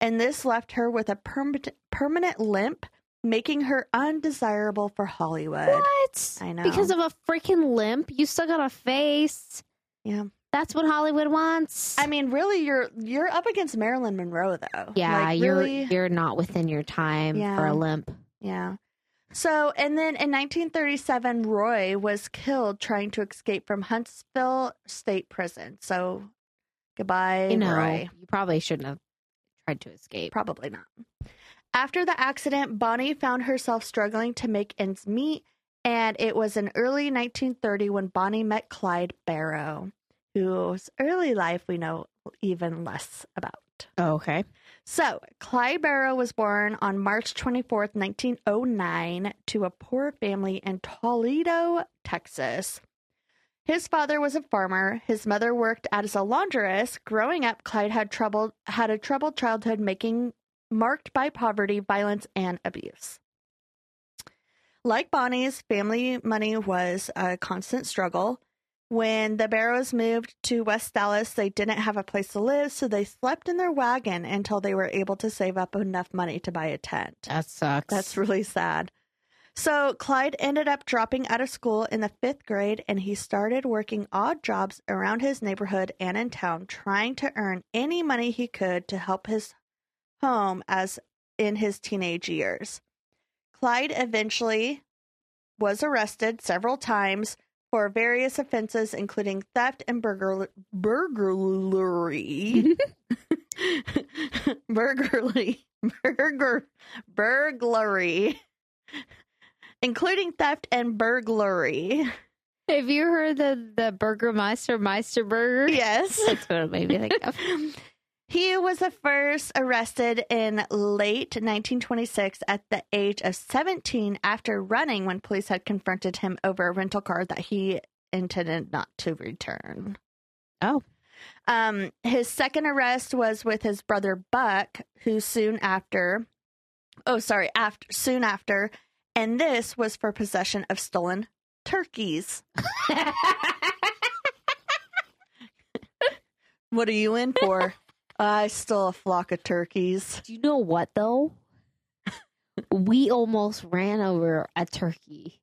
Speaker 2: And this left her with a permanent permanent limp, making her undesirable for Hollywood.
Speaker 3: What?
Speaker 2: I know.
Speaker 3: Because of a freaking limp, you still got a face.
Speaker 2: Yeah.
Speaker 3: That's what Hollywood wants.
Speaker 2: I mean, really, you're you're up against Marilyn Monroe, though.
Speaker 3: yeah,
Speaker 2: Like,
Speaker 3: you're
Speaker 2: really-
Speaker 3: you're not within your time for
Speaker 2: Yeah.
Speaker 3: a limp.
Speaker 2: yeah. So, and then in 1937, Roy was killed trying to escape from Huntsville State Prison. So, goodbye,
Speaker 3: You know,
Speaker 2: Roy.
Speaker 3: you probably shouldn't have tried to escape.
Speaker 2: Probably not. After the accident, Bonnie found herself struggling to make ends meet, and it was in early 1930 when Bonnie met Clyde Barrow, whose early life we know even less about.
Speaker 3: Oh, okay.
Speaker 2: So, Clyde Barrow was born on March 24th, 1909, to a poor family in Toledo, Texas. His father was a farmer. His mother worked as a laundress. Growing up, Clyde had trouble had a troubled childhood, making marked by poverty, violence, and abuse. Like Bonnie's family money was a constant struggle. When the Barrows moved to West Dallas, they didn't have a place to live, so they slept in their wagon until they were able to save up enough money to buy a tent.
Speaker 3: That sucks.
Speaker 2: That's really sad. So Clyde ended up dropping out of school in the fifth grade and he started working odd jobs around his neighborhood and in town, trying to earn any money he could to help his home as in his teenage years. Clyde eventually was arrested several times for various offenses, including theft and burglar- burglary. burglary. Burger- burglary. including theft and burglary.
Speaker 3: Have you heard the the Burgermeister Meister Burger?
Speaker 2: Yes.
Speaker 3: That's what it made me think of.
Speaker 2: He was the first arrested in late 1926 at the age of 17 after running when police had confronted him over a rental car that he intended not to return.
Speaker 3: Oh.
Speaker 2: Um, his second arrest was with his brother Buck, who soon after, oh, sorry, after, soon after, and this was for possession of stolen turkeys. What are you in for? I stole a flock of turkeys.
Speaker 3: Do you know what though? we almost ran over a turkey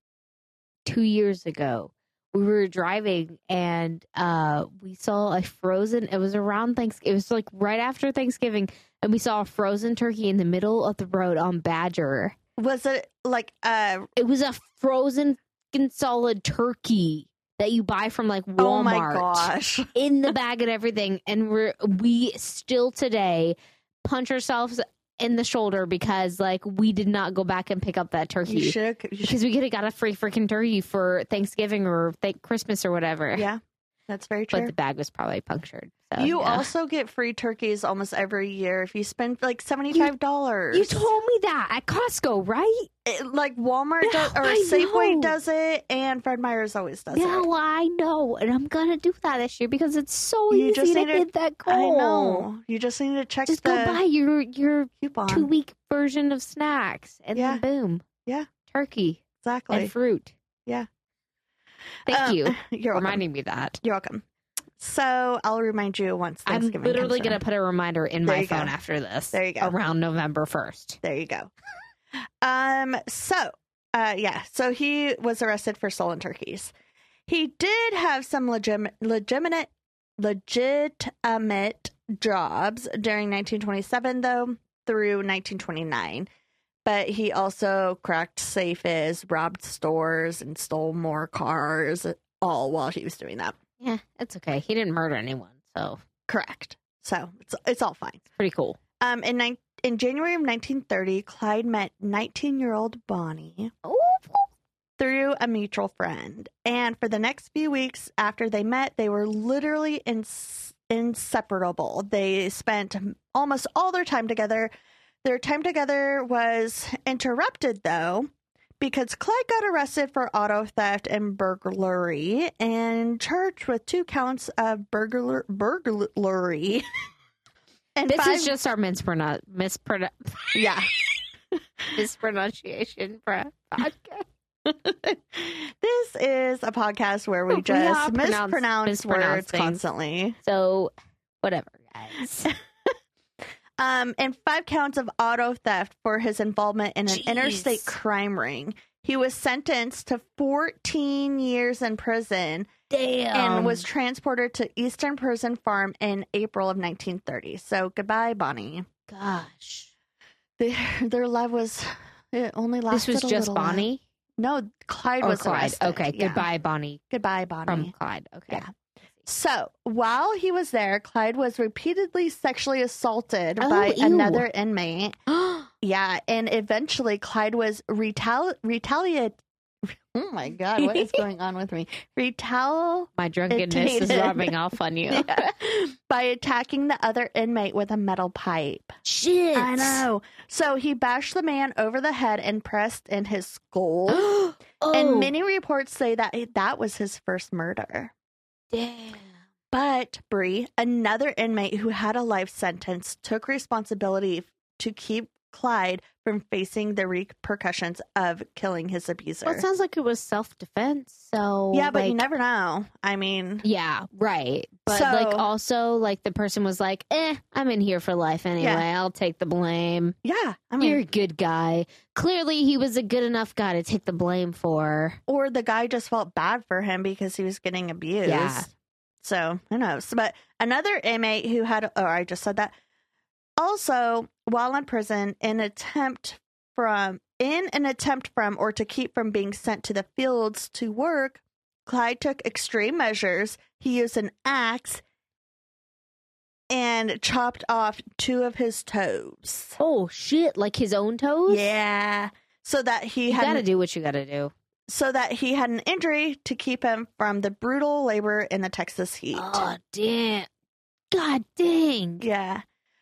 Speaker 3: two years ago. We were driving and uh, we saw a frozen. It was around thanks. It was like right after Thanksgiving, and we saw a frozen turkey in the middle of the road on Badger.
Speaker 2: Was it like uh
Speaker 3: It was a frozen, fucking solid turkey. that you buy from like Walmart
Speaker 2: Oh my gosh.
Speaker 3: in the bag and everything and we're we still today punch ourselves in the shoulder because like we did not go back and pick up that
Speaker 2: You
Speaker 3: turkey
Speaker 2: should. You should.
Speaker 3: because we could have got a free freaking turkey for Thanksgiving or th- Christmas or whatever.
Speaker 2: Yeah, that's very
Speaker 3: But
Speaker 2: true.
Speaker 3: the bag was probably punctured. So,
Speaker 2: you
Speaker 3: no.
Speaker 2: also get free turkeys almost every year if you spend like seventy five dollars. Eh,
Speaker 3: you told me that at Costco, right?
Speaker 2: like Walmart
Speaker 3: No,
Speaker 2: does, or
Speaker 3: I
Speaker 2: Safeway
Speaker 3: know.
Speaker 2: does it, and Fred Meyer's always does it.
Speaker 3: No, I know, and I'm gonna do that this year because it's so
Speaker 2: You just
Speaker 3: easy to
Speaker 2: need to-
Speaker 3: hit that goal.
Speaker 2: I know. You just need to check
Speaker 3: Just
Speaker 2: the
Speaker 3: go buy your your
Speaker 2: coupon.
Speaker 3: two week version of snacks, and
Speaker 2: Yeah.
Speaker 3: then boom,
Speaker 2: Yeah.
Speaker 3: turkey
Speaker 2: exactly.
Speaker 3: and fruit.
Speaker 2: Yeah.
Speaker 3: Thank
Speaker 2: Um,
Speaker 3: you
Speaker 2: You're
Speaker 3: for
Speaker 2: welcome.
Speaker 3: reminding me that.
Speaker 2: You're welcome. So I'll remind you once
Speaker 3: I'm
Speaker 2: Thanksgiving.
Speaker 3: literally
Speaker 2: comes
Speaker 3: gonna
Speaker 2: around.
Speaker 3: put a reminder in
Speaker 2: There
Speaker 3: my
Speaker 2: you go.
Speaker 3: phone after this.
Speaker 2: There you go.
Speaker 3: Around November first.
Speaker 2: There you go. Um. So, uh, yeah. So he was arrested for stolen turkeys. He did have some legit, legitimate, legitimate jobs during 1927, though through 1929. But he also cracked safes, robbed stores, and stole more cars, all while he was doing that.
Speaker 3: Yeah, it's okay. He didn't murder anyone, so
Speaker 2: Correct. So it's it's all fine.
Speaker 3: it's pretty cool.
Speaker 2: Um, in, nine in January of 1930, Clyde met 19 year old Bonnie
Speaker 3: Oh,
Speaker 2: through a mutual friend. And for the next few weeks after they met, they were literally ins- inseparable. They spent almost all their time together. Their time together was interrupted, though, because Clyde got arrested for auto theft and burglary and charged with two counts of burglar- burglary. and
Speaker 3: This
Speaker 2: five-
Speaker 3: is just our mispron- mispron-
Speaker 2: yeah.
Speaker 3: mispronunciation for a podcast.
Speaker 2: this is a podcast where we
Speaker 3: We all
Speaker 2: just
Speaker 3: pronounce-
Speaker 2: mispronounce,
Speaker 3: mispronounce
Speaker 2: words
Speaker 3: things.
Speaker 2: constantly.
Speaker 3: So, whatever, guys.
Speaker 2: Um, and five counts of auto theft for his involvement in an
Speaker 3: Jeez.
Speaker 2: interstate crime ring. He was sentenced to 14 years in prison
Speaker 3: Damn.
Speaker 2: and was transported to Eastern Prison Farm in April of 1930. So goodbye, Bonnie.
Speaker 3: gosh.
Speaker 2: Their, their love was it only
Speaker 3: This
Speaker 2: lasted.
Speaker 3: was
Speaker 2: a
Speaker 3: just
Speaker 2: little while.
Speaker 3: Bonnie
Speaker 2: No, Clyde
Speaker 3: or
Speaker 2: was
Speaker 3: Clyde.
Speaker 2: arrested.
Speaker 3: Okay,
Speaker 2: Yeah.
Speaker 3: goodbye, Bonnie
Speaker 2: Goodbye, Bonnie.
Speaker 3: from Clyde. Okay.
Speaker 2: Yeah. So while he was there, Clyde was repeatedly sexually assaulted
Speaker 3: Oh,
Speaker 2: by
Speaker 3: ew.
Speaker 2: another inmate. Yeah, and eventually Clyde was retali- retaliate. Oh my god, what is going on with me? Retaliate
Speaker 3: My drunkenness is
Speaker 2: Irritated.
Speaker 3: rubbing off on you.
Speaker 2: by attacking the other inmate with a metal pipe.
Speaker 3: Shit.
Speaker 2: I know. So he bashed the man over the head and pressed in his skull.
Speaker 3: oh,
Speaker 2: And many reports say that that was his first murder.
Speaker 3: damn.
Speaker 2: But Bree, another inmate who had a life sentence, took responsibility to keep Clyde from facing the repercussions of killing his abuser.
Speaker 3: Well, it sounds like it was self defense. So
Speaker 2: yeah, but you
Speaker 3: like-
Speaker 2: never know. I mean,
Speaker 3: Yeah, right. But
Speaker 2: So-
Speaker 3: like also like the person was like, "Eh, I'm in here for life anyway. I'll take the blame.
Speaker 2: yeah, I mean,
Speaker 3: You're a good guy. Clearly, he was a good enough guy to take the blame for."
Speaker 2: or the guy just felt bad for him because he was getting abused.
Speaker 3: Yeah.
Speaker 2: So who knows? But another inmate who had, oh, I just said that. Also, while in prison, an attempt from in an attempt from or to keep from being sent to the fields to work, Clyde took extreme measures. He used an axe and chopped off two of his toes.
Speaker 3: Oh shit! Like his own toes.
Speaker 2: Yeah, so that he
Speaker 3: you
Speaker 2: had
Speaker 3: gotta do what you gotta do.
Speaker 2: so that he had an injury to keep him from the brutal labor in the Texas heat.
Speaker 3: Oh damn! God dang!
Speaker 2: Yeah.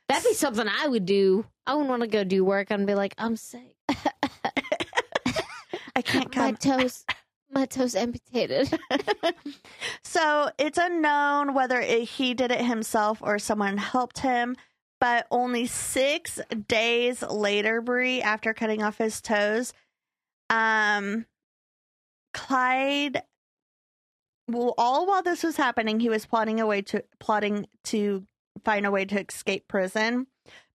Speaker 3: That'd be something I would do. I wouldn't want to go do work and be like, "I'm sick.
Speaker 2: I can't
Speaker 3: my
Speaker 2: come.
Speaker 3: toes, my toes amputated."
Speaker 2: So it's unknown whether it, he did it himself or someone helped him. But only six days later, Bree, after cutting off his toes, um, Clyde. Well, all while this was happening, he was plotting a way to plotting to find a way to escape prison.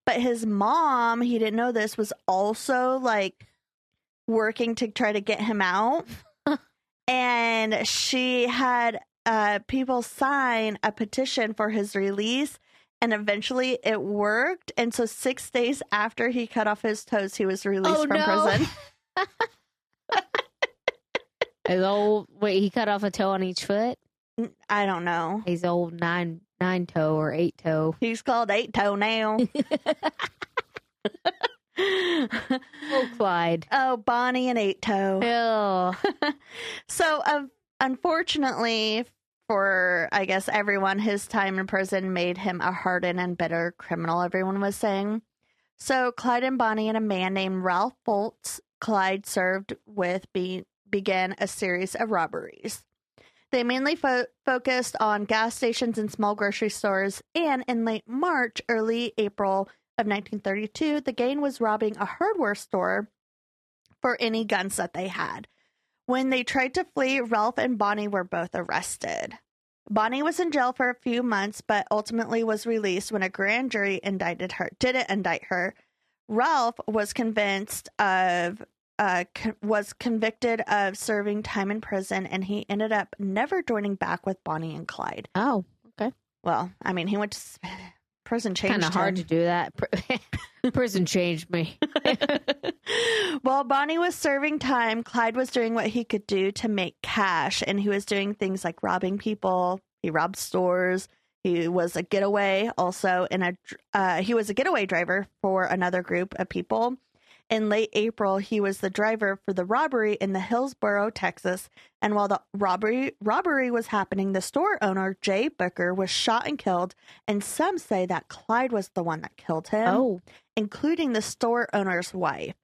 Speaker 2: But his mom, he didn't know this, was also like working to try to get him out. and she had uh, people sign a petition for his release. And eventually it worked. And so, six days after he cut off his toes, he was released
Speaker 3: Oh,
Speaker 2: from
Speaker 3: no.
Speaker 2: prison.
Speaker 3: His old wait, he cut off a toe on each foot.
Speaker 2: I don't know.
Speaker 3: His old nine nine toe or eight toe.
Speaker 2: He's called Eight Toe now.
Speaker 3: Oh, Clyde.
Speaker 2: oh, Bonnie and Eight Toe.
Speaker 3: Ew.
Speaker 2: so um, unfortunately for i guess everyone his time in prison made him a hardened and bitter criminal everyone was saying so clyde and bonnie and a man named ralph foltz clyde served with be- began a series of robberies they mainly fo- focused on gas stations and small grocery stores and in late march early april of 1932 the gang was robbing a hardware store for any guns that they had when they tried to flee, Ralph and Bonnie were both arrested. Bonnie was in jail for a few months, but ultimately was released when a grand jury indicted her. Didn't indict her. Ralph was convinced of, uh, con- was convicted of serving time in prison, and he ended up never joining back with Bonnie and Clyde.
Speaker 3: Oh,
Speaker 2: Well, I mean, he went to s- prison. Changed
Speaker 3: kind of
Speaker 2: him.
Speaker 3: hard to do that. Pr- Prison changed me.
Speaker 2: While Bonnie was serving time, Clyde was doing what he could do to make cash, and he was doing things like robbing people. He robbed stores. He was a getaway also in a dr- uh, he was a getaway driver for another group of people. In late April, he was the driver for the robbery in the Hillsboro, Texas. And while the robbery robbery was happening, the store owner Jay Booker was shot and killed. And some say that Clyde was the one that killed him
Speaker 3: Oh,
Speaker 2: including the store owner's wife.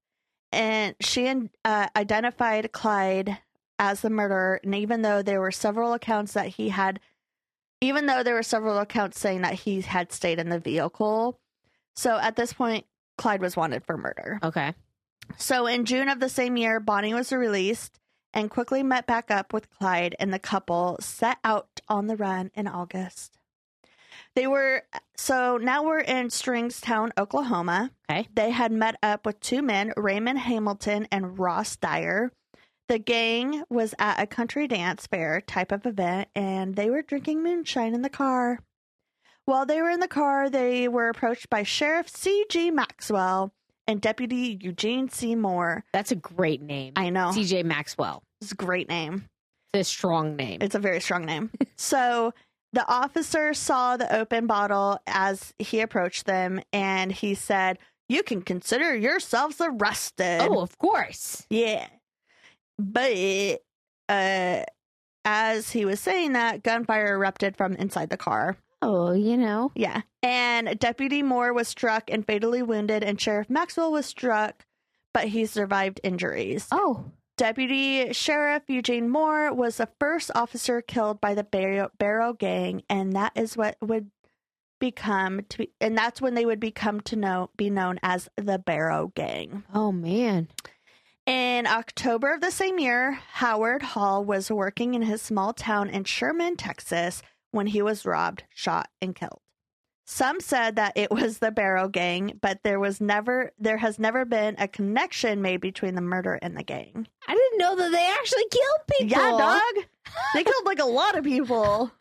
Speaker 2: And she and, uh, identified Clyde as the murderer. And even though there were several accounts that he had, even though there were several accounts saying that he had stayed in the vehicle. So at this point, Clyde was wanted for murder.
Speaker 3: okay.
Speaker 2: So in June of the same year, Bonnie was released and quickly met back up with Clyde, and the couple set out on the run in August. They were so now we're in Stringstown, Oklahoma.
Speaker 3: Okay.
Speaker 2: They had met up with two men, Raymond Hamilton and Ross Dyer. The gang was at a country dance fair type of event, and they were drinking moonshine in the car. While they were in the car, they were approached by Sheriff C.G. Maxwell and Deputy Eugene C. Moore.
Speaker 3: That's a great name.
Speaker 2: I know.
Speaker 3: CJ Maxwell.
Speaker 2: It's a great name.
Speaker 3: It's a strong name.
Speaker 2: It's a very strong name. so the officer saw the open bottle as he approached them and he said, You can consider yourselves arrested.
Speaker 3: oh, of course.
Speaker 2: Yeah. But uh as he was saying that, gunfire erupted from inside the car.
Speaker 3: Oh, you know.
Speaker 2: Yeah. And Deputy Moore was struck and fatally wounded, and Sheriff Maxwell was struck, but he survived injuries.
Speaker 3: Oh,
Speaker 2: Deputy Sheriff Eugene Moore was the first officer killed by the Barrow, Barrow Gang, and that is what would become to be, and that's when they would become to know be known as the Barrow Gang.
Speaker 3: oh man.
Speaker 2: In October of the same year, Howard Hall was working in his small town in Sherman, Texas, when he was robbed, shot, and killed. Some said that it was the Barrow Gang, but there was never there has never been a connection made between the murder and the gang.
Speaker 3: I didn't know that they actually killed people.
Speaker 2: Yeah, dog. They killed like a lot of people.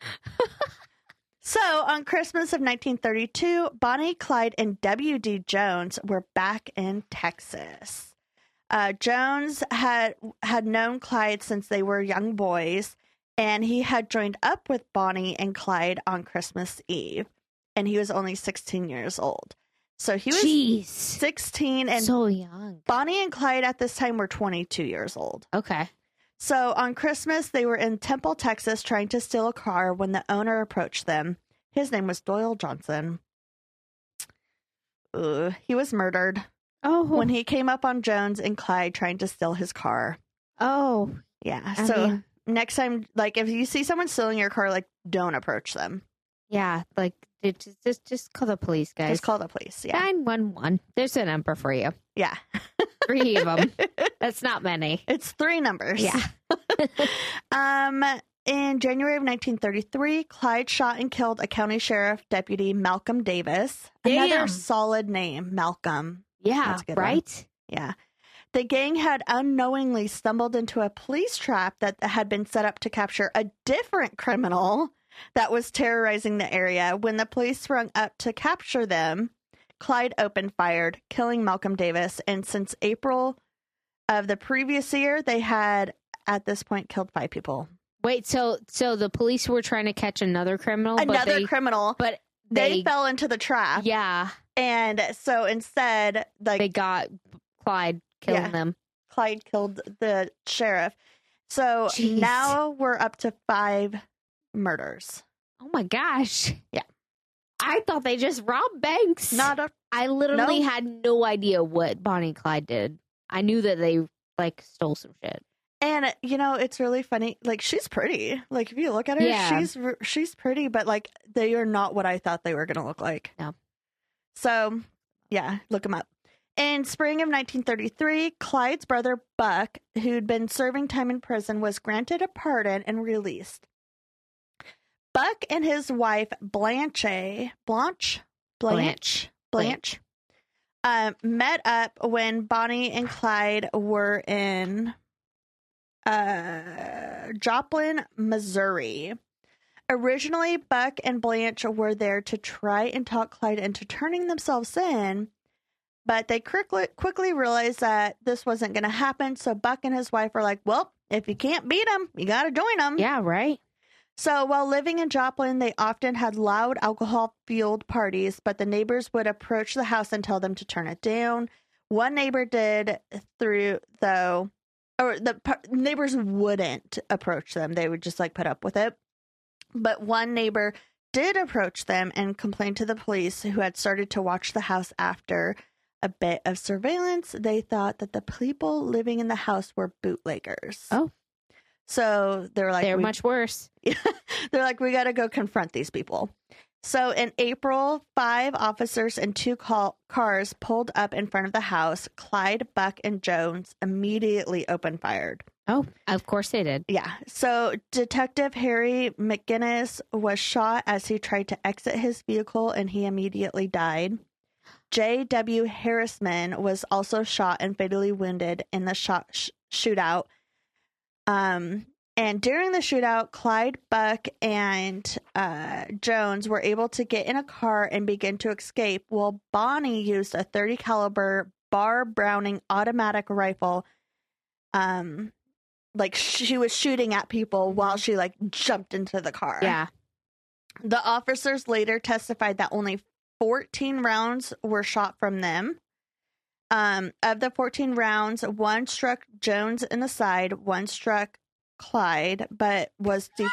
Speaker 2: so on Christmas of 1932, Bonnie Clyde and W.D. Jones were back in Texas. Uh, Jones had had known Clyde since they were young boys, and he had joined up with Bonnie and Clyde on Christmas Eve, and he was only 16 years old. So he was
Speaker 3: Jeez.
Speaker 2: 16, and
Speaker 3: so young.
Speaker 2: Bonnie and Clyde at this time were 22 years old.
Speaker 3: Okay.
Speaker 2: So on Christmas, they were in Temple, Texas, trying to steal a car when the owner approached them. His name was Doyle Johnson. Ugh, he was murdered
Speaker 3: Oh.
Speaker 2: when he came up on Jones and Clyde trying to steal his car.
Speaker 3: oh.
Speaker 2: Yeah.
Speaker 3: I
Speaker 2: so
Speaker 3: mean,
Speaker 2: next time, like if you see someone stealing your car, like don't approach them.
Speaker 3: yeah. Like it just, just just call the police, guys.
Speaker 2: Just call the police. Yeah.
Speaker 3: Nine one one. There's a number for you.
Speaker 2: Yeah.
Speaker 3: Three of them. That's not many.
Speaker 2: It's three numbers.
Speaker 3: Yeah.
Speaker 2: Um, in January of 1933, Clyde shot and killed a county sheriff deputy, Malcolm Davis. Another
Speaker 3: Damn.
Speaker 2: solid name, Malcolm.
Speaker 3: Yeah.
Speaker 2: That's a good one.
Speaker 3: Right.
Speaker 2: Yeah. The gang had unknowingly stumbled into a police trap that had been set up to capture a different criminal that was terrorizing the area. When the police sprung up to capture them, Clyde opened fired, killing Malcolm Davis. And since April of the previous year, they had at this point killed five people.
Speaker 3: Wait, so so the police were trying to catch another criminal, Oh, but
Speaker 2: Another
Speaker 3: they,
Speaker 2: criminal.
Speaker 3: but
Speaker 2: They,
Speaker 3: they-
Speaker 2: fell into the trap.
Speaker 3: yeah,
Speaker 2: And so instead, like
Speaker 3: they got Clyde killing
Speaker 2: Yeah.
Speaker 3: them.
Speaker 2: Clyde killed the sheriff. So
Speaker 3: Jeez.
Speaker 2: now we're up to five murders.
Speaker 3: Oh my gosh.
Speaker 2: Yeah.
Speaker 3: I thought they just robbed banks.
Speaker 2: Not a
Speaker 3: I literally
Speaker 2: No.
Speaker 3: had no idea what Bonnie and Clyde did. I knew that they like stole some shit.
Speaker 2: and uh, you know it's really funny. Like she's pretty. Like if you look at her,
Speaker 3: Yeah.
Speaker 2: she's r- she's pretty. But like they are not what I thought they were going to look like.
Speaker 3: No.
Speaker 2: So yeah, look them up. In spring of 1933, Clyde's brother Buck, who'd been serving time in prison, was granted a pardon and released. Buck and his wife Blanche, Blanche,
Speaker 3: Blanche.
Speaker 2: Blanche, um, met up when Bonnie and Clyde were in uh, Joplin, Missouri. Originally, Buck and Blanche were there to try and talk Clyde into turning themselves in, but they quickly, quickly realized that this wasn't going to happen. So Buck and his wife were like, well, if you can't beat them, you got to join them.
Speaker 3: Yeah, right?
Speaker 2: So while living in Joplin, they often had loud alcohol fueled parties, but the neighbors would approach the house and tell them to turn it down. One neighbor did through though, or the par- neighbors wouldn't approach them. They would just like put up with it. But one neighbor did approach them and complained to the police who had started to watch the house after a bit of surveillance. They thought that the people living in the house were bootleggers.
Speaker 3: Oh.
Speaker 2: So they were like,
Speaker 3: They're
Speaker 2: "We
Speaker 3: much worse.
Speaker 2: they're like, we got to go confront these people. So in April, five officers and two call- cars pulled up in front of the house. Clyde, Buck, and Jones immediately opened fired.
Speaker 3: Oh, of course they did.
Speaker 2: Yeah. So Detective Harry McGinnis was shot as he tried to exit his vehicle and he immediately died. J.W. Harrisman was also shot and fatally wounded in the shot sh- shootout. Um, and during the shootout, Clyde, Buck, and uh, Jones were able to get in a car and begin to escape. While Bonnie used a thirty caliber Bar Browning automatic rifle. Um, like she was shooting at people while she like jumped into the car.
Speaker 3: Yeah.
Speaker 2: The officers later testified that only 14 rounds were shot from them. Um, of the 14 rounds, one struck Jones in the side, one struck Clyde, but was the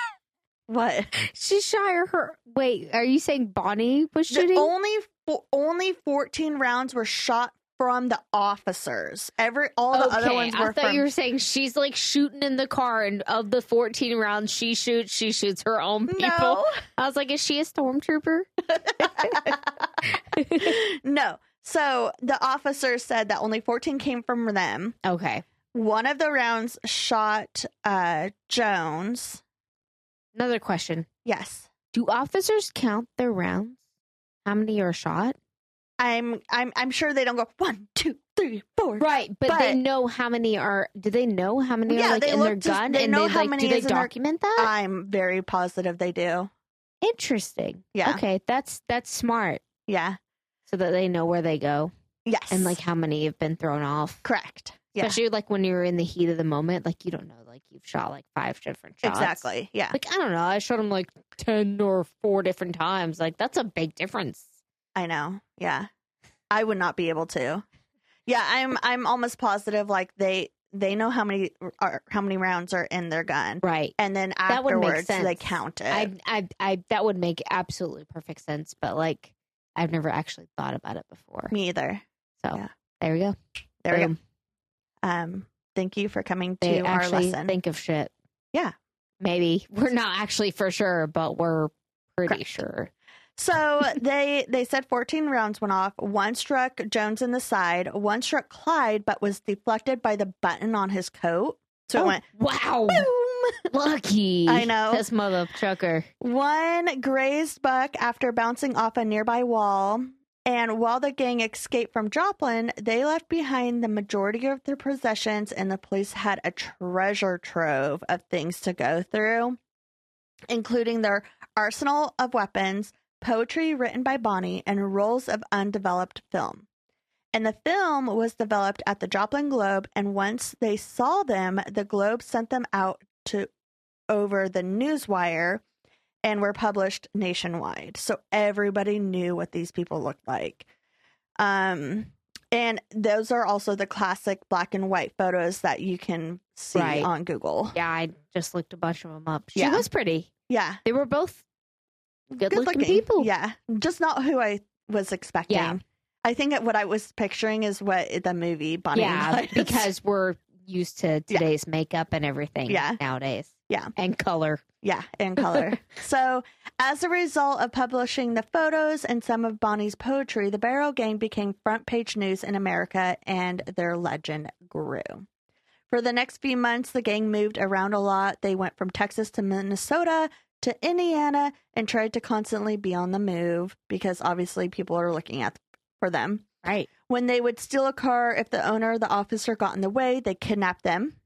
Speaker 2: what?
Speaker 3: She shot her, her wait, are you saying Bonnie was
Speaker 2: The
Speaker 3: shooting?
Speaker 2: only fo- only 14 rounds were shot from the officers. Every all the other ones
Speaker 3: I
Speaker 2: were
Speaker 3: thought
Speaker 2: from
Speaker 3: you were saying she's like shooting in the car, and of the 14 rounds she shoots, she shoots her own people.
Speaker 2: no.
Speaker 3: I was like, is she a stormtrooper?
Speaker 2: no. So the officers said that only 14 came from them.
Speaker 3: okay.
Speaker 2: One of the rounds shot uh, Jones.
Speaker 3: Another question
Speaker 2: Yes,
Speaker 3: Do officers count their rounds? How many are shot?
Speaker 2: I'm. I'm. I'm sure they don't go one, two, three, four.
Speaker 3: Right, but, they
Speaker 2: But-
Speaker 3: know how many are. Do they know how many
Speaker 2: Yeah,
Speaker 3: are like
Speaker 2: they
Speaker 3: in their
Speaker 2: look just-
Speaker 3: gun?
Speaker 2: they
Speaker 3: and
Speaker 2: know
Speaker 3: they
Speaker 2: how
Speaker 3: like,
Speaker 2: many
Speaker 3: do they
Speaker 2: is in their-
Speaker 3: document that?
Speaker 2: I'm very positive they do.
Speaker 3: Interesting.
Speaker 2: uh, Yeah.
Speaker 3: Okay, that's that's smart,
Speaker 2: Yeah.
Speaker 3: so that they know where they go
Speaker 2: Yes.
Speaker 3: and like how many have been thrown off.
Speaker 2: correct. Yeah.
Speaker 3: Especially like when you're in the heat of the moment, like you don't know, like you've shot like five different shots.
Speaker 2: Exactly. Yeah.
Speaker 3: Like I don't know, I shot him like ten or four different times. Like that's a big difference.
Speaker 2: I know. Yeah. I would not be able to. Yeah, I'm I'm almost positive like they they know how many are how many rounds are in their gun.
Speaker 3: Right.
Speaker 2: And then
Speaker 3: That would make
Speaker 2: afterwards they
Speaker 3: sense.
Speaker 2: count it.
Speaker 3: I, I, I, that would make absolutely perfect sense, but like, I've never actually thought about it before.
Speaker 2: Me either.
Speaker 3: So
Speaker 2: yeah.
Speaker 3: there we go.
Speaker 2: There we go.
Speaker 3: Boom.
Speaker 2: Um thank you for coming
Speaker 3: They
Speaker 2: to our
Speaker 3: actually
Speaker 2: lesson.
Speaker 3: think of shit.
Speaker 2: Yeah.
Speaker 3: Maybe we're not actually for sure, but we're pretty
Speaker 2: Correct.
Speaker 3: sure.
Speaker 2: So they they said 14 rounds went off. One struck Jones in the side. One struck Clyde, but was deflected by the button on his coat. So it
Speaker 3: Oh,
Speaker 2: went
Speaker 3: wow.
Speaker 2: boom.
Speaker 3: Lucky.
Speaker 2: I know.
Speaker 3: This mother trucker.
Speaker 2: One grazed Buck after bouncing off a nearby wall. And while the gang escaped from Joplin, they left behind the majority of their possessions, and the police had a treasure trove of things to go through, including their arsenal of weapons, poetry written by Bonnie, and rolls of undeveloped film. And the film was developed at the Joplin Globe, and once they saw them, the Globe sent them out to over the newswire and were published nationwide. So everybody knew what these people looked like. Um and those are also the classic black and white photos that you can see
Speaker 3: Right.
Speaker 2: on Google.
Speaker 3: Yeah, I just looked a bunch of them up. She
Speaker 2: Yeah.
Speaker 3: was pretty.
Speaker 2: Yeah.
Speaker 3: They were both good, looking, people.
Speaker 2: Yeah, just not who I was expecting. I think that what I was picturing is what the movie Bonnie
Speaker 3: Yeah,
Speaker 2: and Clyde is.
Speaker 3: because we're used to
Speaker 2: Yeah.
Speaker 3: today's makeup and everything
Speaker 2: Yeah.
Speaker 3: nowadays.
Speaker 2: Yeah.
Speaker 3: And color.
Speaker 2: yeah, in color. so, as a result of publishing the photos and some of Bonnie's poetry, the Barrel Gang became front page news in America, and their legend grew. For the next few months, the gang moved around a lot. They went from Texas to Minnesota to Indiana and tried to constantly be on the move because obviously people are looking at for them.
Speaker 3: Right.
Speaker 2: When they would steal a car, if the owner or the officer got in the way, they kidnapped them.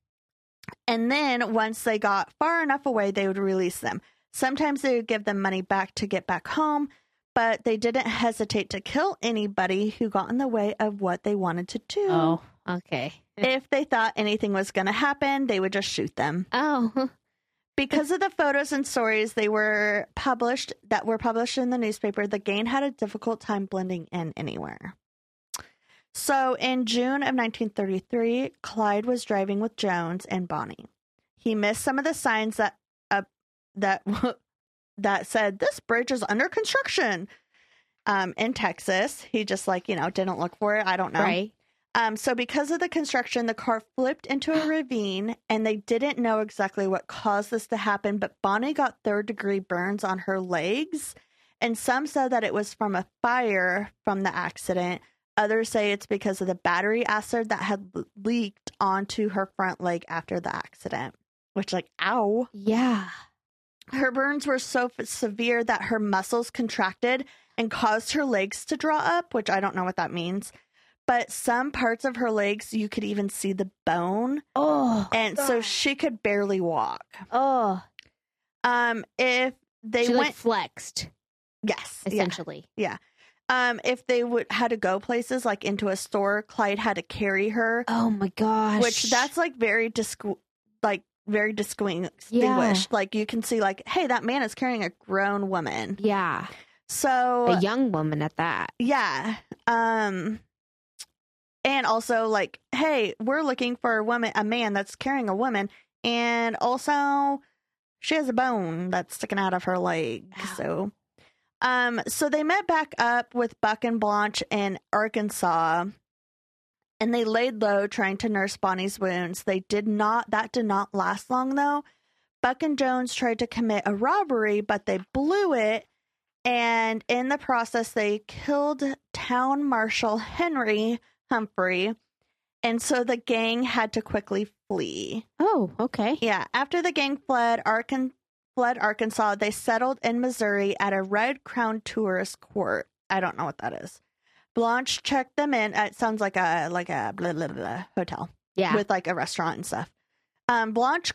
Speaker 2: And then once they got far enough away, they would release them. Sometimes they would give them money back to get back home, but they didn't hesitate to kill anybody who got in the way of what they wanted to do.
Speaker 3: Oh, okay.
Speaker 2: If they thought anything was going to happen, they would just shoot them.
Speaker 3: Oh,
Speaker 2: Because of the photos and stories they were published that were published in the newspaper, the gang had a difficult time blending in anywhere. So in June of 1933, Clyde was driving with Jones and Bonnie. He missed some of the signs that uh, that that said this bridge is under construction. Um, in Texas, he just like you know didn't look for it. I don't know.
Speaker 3: right.
Speaker 2: Um, so because of the construction, the car flipped into a ravine, and they didn't know exactly what caused this to happen. But Bonnie got third degree burns on her legs, and some said that it was from a fire from the accident. Others say it's because of the battery acid that had l- leaked onto her front leg after the accident. Which, like, ow.
Speaker 3: Yeah.
Speaker 2: Her burns were so f- severe that her muscles contracted and caused her legs to draw up, which I don't know what that means. But some parts of her legs, you could even see the bone.
Speaker 3: Oh.
Speaker 2: And so
Speaker 3: God.
Speaker 2: she could barely walk.
Speaker 3: oh.
Speaker 2: Um, if they
Speaker 3: she
Speaker 2: went,
Speaker 3: like flexed
Speaker 2: yes, yeah.
Speaker 3: essentially.
Speaker 2: Um, if they would had to go places like into a store, Clyde had to carry her,
Speaker 3: Oh my gosh.
Speaker 2: which that's like very disqu- like very distinguished.
Speaker 3: Yeah.
Speaker 2: Like you can see, like, hey, that man is carrying a grown woman.
Speaker 3: yeah,
Speaker 2: So
Speaker 3: a young woman at that.
Speaker 2: Yeah. Um and also like, hey, we're looking for a woman a man that's carrying a woman and also she has a bone that's sticking out of her leg.
Speaker 3: Ow.
Speaker 2: So um so they met back up with Buck and Blanche in Arkansas and they laid low trying to nurse Bonnie's wounds. They did not that did not last long though. Buck and Jones tried to commit a robbery, but they blew it. And in the process, they killed Town Marshal Henry Humphrey. And so the gang had to quickly flee.
Speaker 3: Oh, okay.
Speaker 2: Yeah, after the gang fled, Arkan- fled Arkansas, they settled in Missouri at a Red Crown tourist court. I don't know what that is. Blanche checked them in. It sounds like a like a blah, blah, blah hotel
Speaker 3: Yeah.
Speaker 2: with like a restaurant and stuff. Um, Blanche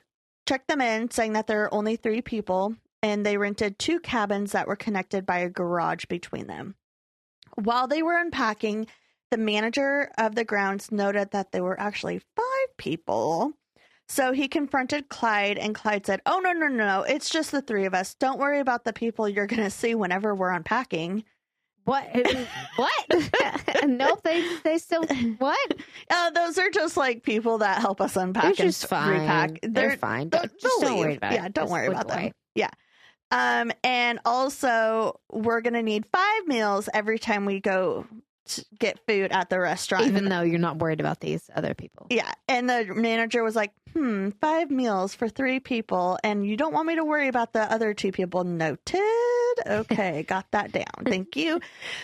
Speaker 2: checked them in, saying that there are only three people, and they rented two cabins that were connected by a garage between them. While they were unpacking, the manager of the grounds noted that there were actually five people. So he confronted Clyde, and Clyde said, Oh, no, no, no, no. It's just the three of us. Don't worry about the people you're going to see whenever we're unpacking.
Speaker 3: what? what? nope. They they still what?
Speaker 2: Uh, those are just like people that help us unpack
Speaker 3: They're
Speaker 2: and
Speaker 3: just
Speaker 2: s-
Speaker 3: fine.
Speaker 2: repack.
Speaker 3: They're, fine.
Speaker 2: they'll-
Speaker 3: Don't, just
Speaker 2: they'll
Speaker 3: don't worry
Speaker 2: leave.
Speaker 3: about it.
Speaker 2: Yeah, don't
Speaker 3: Just
Speaker 2: worry
Speaker 3: look
Speaker 2: about them.
Speaker 3: away.
Speaker 2: Um, and also we're gonna need five meals every time we go to get food at the restaurant.
Speaker 3: Even though you're not worried about these other people.
Speaker 2: yeah, and the manager was like, "Hmm, five meals for three people, and you don't want me to worry about the other two people." Noted. Okay, got that down. Thank you.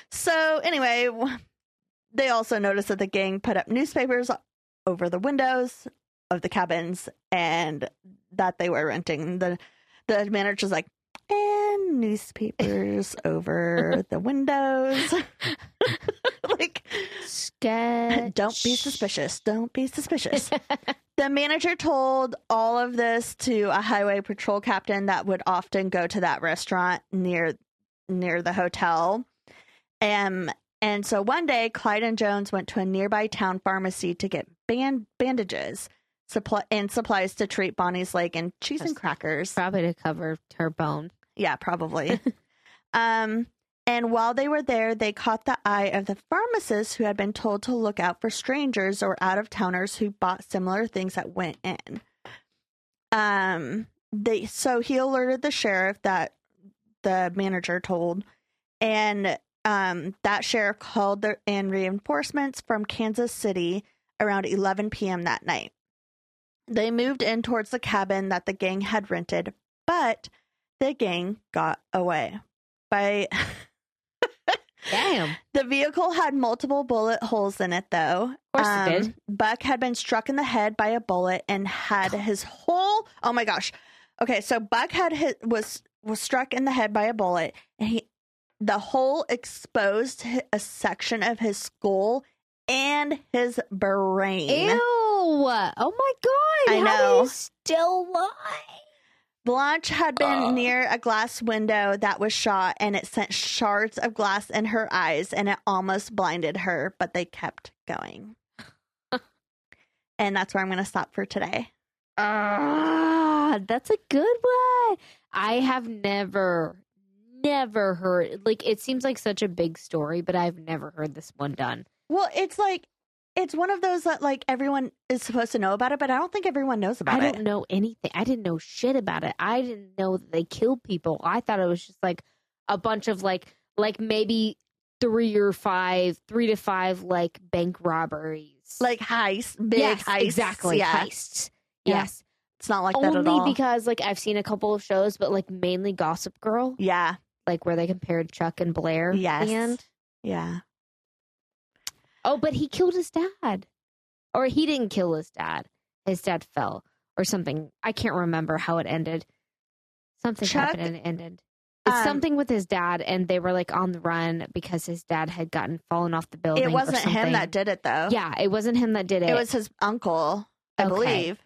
Speaker 2: So anyway, w- they also noticed that the gang put up newspapers over the windows of the cabins, and that they were renting. the The manager's like, "And newspapers over the windows." like
Speaker 3: Sketch.
Speaker 2: don't be suspicious. Don't be suspicious. the manager told all of this to a highway patrol captain that would often go to that restaurant near near the hotel. Um And so one day, Clyde and Jones went to a nearby town pharmacy to get band- bandages supply- and supplies to treat Bonnie's leg and cheese and
Speaker 3: Yes.
Speaker 2: crackers.
Speaker 3: Probably to cover her bone.
Speaker 2: Yeah, probably. um, and while they were there, they caught the eye of the pharmacist who had been told to look out for strangers or out of towners who bought similar things that went in. Um, they so he alerted the sheriff that the manager told, and um, that sheriff called the, in reinforcements from Kansas City around 11 p.m. that night. They moved in towards the cabin that the gang had rented, but the gang got away. By
Speaker 3: Damn.
Speaker 2: the vehicle had multiple bullet holes in it, though. Um,
Speaker 3: Of course it did.
Speaker 2: Buck had been struck in the head by a bullet and had his whole. Oh my gosh. Okay, so Buck had his, was was struck in the head by a bullet, and he the hole exposed hi- a section of his skull and his brain.
Speaker 3: Ew. Oh my god.
Speaker 2: I
Speaker 3: How
Speaker 2: know.
Speaker 3: Are you still lie?
Speaker 2: Blanche had been
Speaker 3: Ugh.
Speaker 2: near a glass window that was shot and it sent shards of glass in her eyes and it almost blinded her, but they kept going. and that's where I'm going to stop for today.
Speaker 3: Ah, that's a good one. I have never, never heard. Like it seems like such a big story, but I've never heard this one done.
Speaker 2: Well, it's like, it's one of those that like everyone is supposed to know about it, but I don't think everyone knows
Speaker 3: I
Speaker 2: about
Speaker 3: don't
Speaker 2: it.
Speaker 3: know anything. I didn't know shit about it. I didn't know that they killed people. I thought it was just like a bunch of like, like maybe three or five, three to five like bank robberies,
Speaker 2: Like heist, big
Speaker 3: yes,
Speaker 2: heists.
Speaker 3: exactly
Speaker 2: Yeah.
Speaker 3: heists.
Speaker 2: Yeah.
Speaker 3: Yes,
Speaker 2: It's not like that at all.
Speaker 3: only because like I've seen a couple of shows, but like mainly Gossip Girl,
Speaker 2: yeah.
Speaker 3: like where they compared Chuck and Blair.
Speaker 2: Yes.
Speaker 3: And
Speaker 2: Yeah.
Speaker 3: oh, but he killed his dad, or he didn't kill his dad. His dad fell or something. I can't remember how it ended. Something
Speaker 2: Chuck-
Speaker 3: happened and it ended. It's
Speaker 2: Um,
Speaker 3: something with his dad, and they were like on the run because his dad had gotten fallen off the building.
Speaker 2: It
Speaker 3: or
Speaker 2: wasn't him
Speaker 3: something.
Speaker 2: that did it though.
Speaker 3: Yeah, it wasn't him that did it.
Speaker 2: It was his uncle, I
Speaker 3: Okay.
Speaker 2: believe.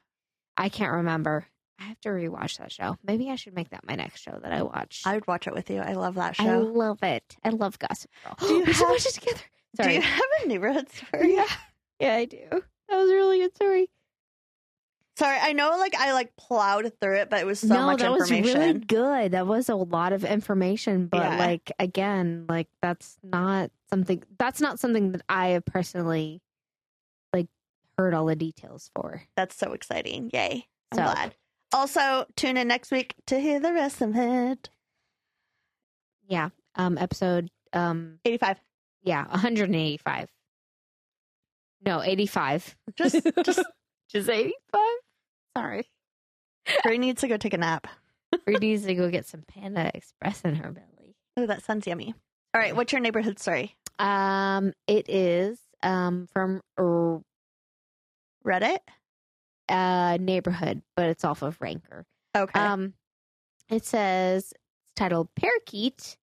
Speaker 3: I can't remember. I have to rewatch that show. Maybe I should make that my next show that I watch.
Speaker 2: I would watch it with you. I love that
Speaker 3: I
Speaker 2: show.
Speaker 3: love it. I love Gossip Girl.
Speaker 2: Do you
Speaker 3: we should
Speaker 2: have-
Speaker 3: watch it together.
Speaker 2: Do
Speaker 3: Sorry.
Speaker 2: you have a neighborhood story?
Speaker 3: yeah. Yeah, I do. That was a really good story.
Speaker 2: Sorry, I know like I like plowed through it, but it was so
Speaker 3: no,
Speaker 2: much
Speaker 3: that was
Speaker 2: information.
Speaker 3: really good. That was a lot of information, but
Speaker 2: Yeah.
Speaker 3: like again, like that's not something that's not something that I have personally like heard all the details for.
Speaker 2: That's so exciting. Yay. I'm
Speaker 3: So-
Speaker 2: glad. Also, tune in next week to hear the rest of it.
Speaker 3: Yeah. Um episode um
Speaker 2: 85.
Speaker 3: yeah, 185. No, 85.
Speaker 2: Just just
Speaker 3: Just 85. Sorry.
Speaker 2: Bree needs to go take a nap.
Speaker 3: Bree needs to go get some Panda Express in her belly.
Speaker 2: Oh, that sounds yummy. All right, what's your neighborhood story?
Speaker 3: Um, it is um from r-
Speaker 2: Reddit?
Speaker 3: uh neighborhood, but it's off of Ranker.
Speaker 2: Okay.
Speaker 3: Um, it says it's titled Parakeet,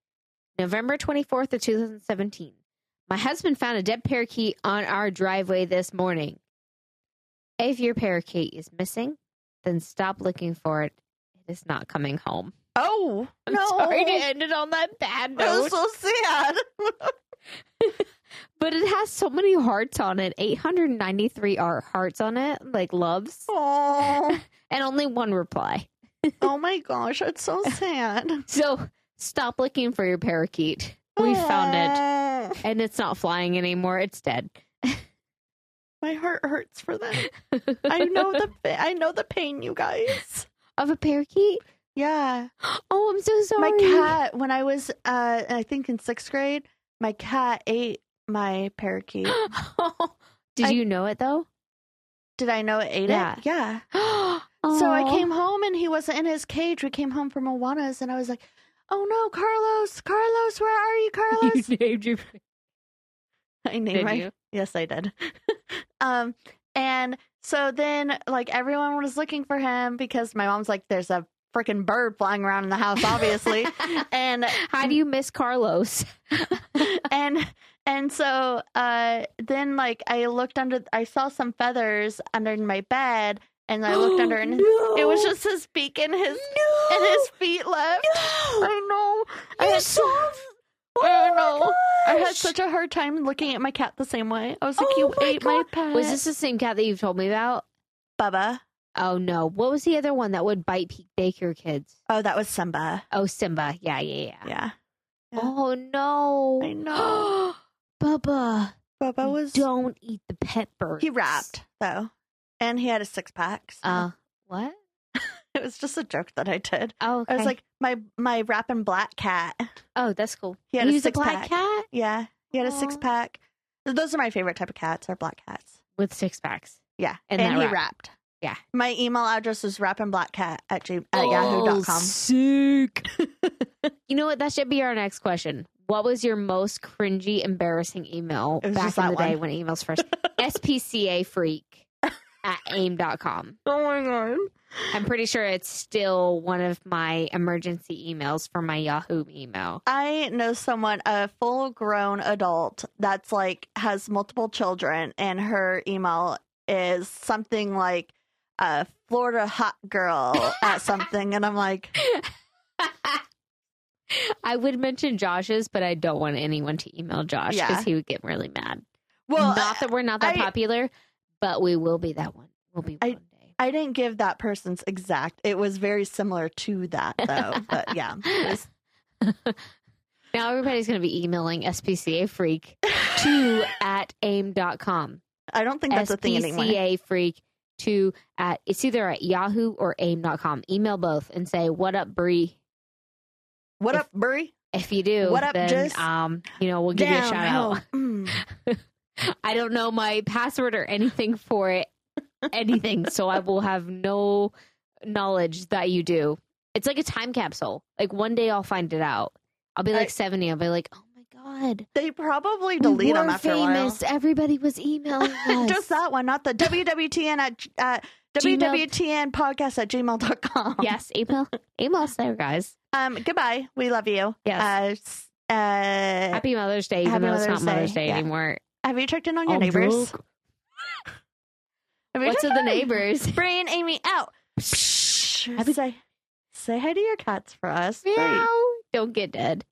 Speaker 3: November twenty fourth of two thousand seventeen. My husband found a dead parakeet on our driveway this morning. If your parakeet is missing, then stop looking for it. It is not coming home.
Speaker 2: oh,
Speaker 3: I'm
Speaker 2: no.
Speaker 3: sorry to end it on that bad
Speaker 2: That was
Speaker 3: note.
Speaker 2: so sad.
Speaker 3: But it has so many hearts on it. 893 are hearts on it, like loves,
Speaker 2: oh,
Speaker 3: and only one reply.
Speaker 2: oh my gosh, it's so sad.
Speaker 3: So stop looking for your parakeet. We found it,
Speaker 2: it.
Speaker 3: and it's not flying anymore. It's dead.
Speaker 2: My heart hurts for them. I know the pa- I know the pain, you guys.
Speaker 3: of a parakeet.
Speaker 2: Yeah,
Speaker 3: Oh, I'm so sorry.
Speaker 2: my cat. When I was, uh, I think in sixth grade, my cat ate my parakeet.
Speaker 3: Did
Speaker 2: I-
Speaker 3: you know it though?
Speaker 2: Did I know it ate
Speaker 3: Yeah.
Speaker 2: it? Yeah.
Speaker 3: oh.
Speaker 2: So I came home and he wasn't in his cage. We came home from Awanas and I was like, "Oh no, Carlos! Carlos, where are you, Carlos?"
Speaker 3: You named your
Speaker 2: I named
Speaker 3: did
Speaker 2: my
Speaker 3: you?
Speaker 2: Yes, I did. um, and so then like everyone was looking for him because my mom's like, "There's a freaking bird flying around in the house, obviously." and
Speaker 3: How do you miss Carlos?
Speaker 2: and and so uh then like I looked under I saw some feathers under my bed and I looked under and
Speaker 3: No.
Speaker 2: it was just his beak and his
Speaker 3: no.
Speaker 2: and his feet left. I know. I
Speaker 3: You
Speaker 2: had-
Speaker 3: saw I don't
Speaker 2: Oh my
Speaker 3: know.
Speaker 2: gosh.
Speaker 5: I had such a hard time looking at my cat the same way. I was like,
Speaker 2: Oh
Speaker 5: you
Speaker 2: my
Speaker 5: ate my pet.
Speaker 3: Was this the same cat that you've told me about?
Speaker 2: Bubba.
Speaker 3: Oh no. What was the other one that would bite pe- daycare kids?
Speaker 2: Oh, that was Simba.
Speaker 3: Oh, Simba. Yeah, yeah, yeah.
Speaker 2: Yeah. Yeah.
Speaker 3: Oh no.
Speaker 5: I know.
Speaker 3: Bubba,
Speaker 2: Bubba was
Speaker 3: don't eat the pet birds.
Speaker 2: he wrapped though. And he had a six pack. so
Speaker 3: Uh, what?
Speaker 2: it was just a joke that I did.
Speaker 3: Oh,
Speaker 2: I was
Speaker 3: okay.
Speaker 2: like, my my rapping black cat.
Speaker 3: oh, that's cool.
Speaker 2: He had a
Speaker 3: He's a
Speaker 2: six
Speaker 3: black
Speaker 2: pack.
Speaker 3: cat
Speaker 2: Yeah. He had a
Speaker 3: Aw.
Speaker 2: six pack. Those are my favorite type of cats, are black cats.
Speaker 3: with six packs.
Speaker 2: Yeah.
Speaker 3: And
Speaker 2: And,
Speaker 3: that
Speaker 2: he
Speaker 3: wrap.
Speaker 2: rapped.
Speaker 3: Yeah.
Speaker 2: My email address is rappingblackcat at, g- at
Speaker 3: Oh,
Speaker 2: yahoo.com.
Speaker 3: Sick. you know what? That should be our next question. What was your most cringy, embarrassing email
Speaker 2: It was
Speaker 3: back
Speaker 2: just
Speaker 3: in
Speaker 2: that
Speaker 3: the day
Speaker 2: one.
Speaker 3: when emails first? SPCA freak at aim.com.
Speaker 5: Oh my god.
Speaker 3: I'm pretty sure it's still one of my emergency emails for my Yahoo email.
Speaker 2: I know someone, a full grown adult that's like has multiple children, and her email is something like uh, Florida hot girl at something. And I'm like,
Speaker 3: I would mention Josh's, but I don't want anyone to email Josh because
Speaker 2: Yeah.
Speaker 3: he would get really mad.
Speaker 2: well,
Speaker 3: not that we're not that
Speaker 2: I-
Speaker 3: popular, but we will be that one. We'll be
Speaker 2: I-
Speaker 3: one day.
Speaker 2: I didn't give that person's exact. It was very similar to that, though. but yeah. It
Speaker 3: now everybody's going to be emailing SPCA freak to at aim.com.
Speaker 2: I don't think that's a thing anymore.
Speaker 3: SPCA freak to at it's either at yahoo or aim.com. Email both and say, What up, Bree?
Speaker 2: What
Speaker 3: if-
Speaker 2: up, Brie?
Speaker 3: If you do,
Speaker 2: What up,
Speaker 3: then,
Speaker 2: Jess?
Speaker 3: um, you know, we'll give you a shout
Speaker 2: Downhill.
Speaker 3: out.
Speaker 2: Mm.
Speaker 3: I don't know my password or anything for it, anything. so I will have no knowledge that you do. It's like a time capsule. Like one day I'll find it out. I'll be
Speaker 2: I-
Speaker 3: like 70. I'll be like, oh my God.
Speaker 2: They probably
Speaker 3: we
Speaker 2: delete
Speaker 3: were
Speaker 2: them after
Speaker 3: famous. Everybody was emailing
Speaker 2: a while.
Speaker 3: us.
Speaker 2: Just that one, not the WWTN at uh,
Speaker 3: Gmail.
Speaker 2: WWTN podcast at gmail.com.
Speaker 3: Yes, email. Email us there, guys.
Speaker 2: Um, goodbye. We love you.
Speaker 3: Yes.
Speaker 2: Uh, s- uh,
Speaker 3: Happy Mother's Day, even
Speaker 2: Happy
Speaker 3: though it's not
Speaker 2: Mother's
Speaker 3: Mother's
Speaker 2: Day,
Speaker 3: Day
Speaker 2: yeah.
Speaker 3: anymore.
Speaker 2: have you checked in on your neighbors? Have you
Speaker 3: Oh, What's
Speaker 2: checked
Speaker 3: with the
Speaker 2: in on-
Speaker 3: neighbors?
Speaker 2: Brie and Amy out.
Speaker 3: Happy-
Speaker 2: say, say hi to your cats for us. Brie.
Speaker 3: Meow. Don't get dead.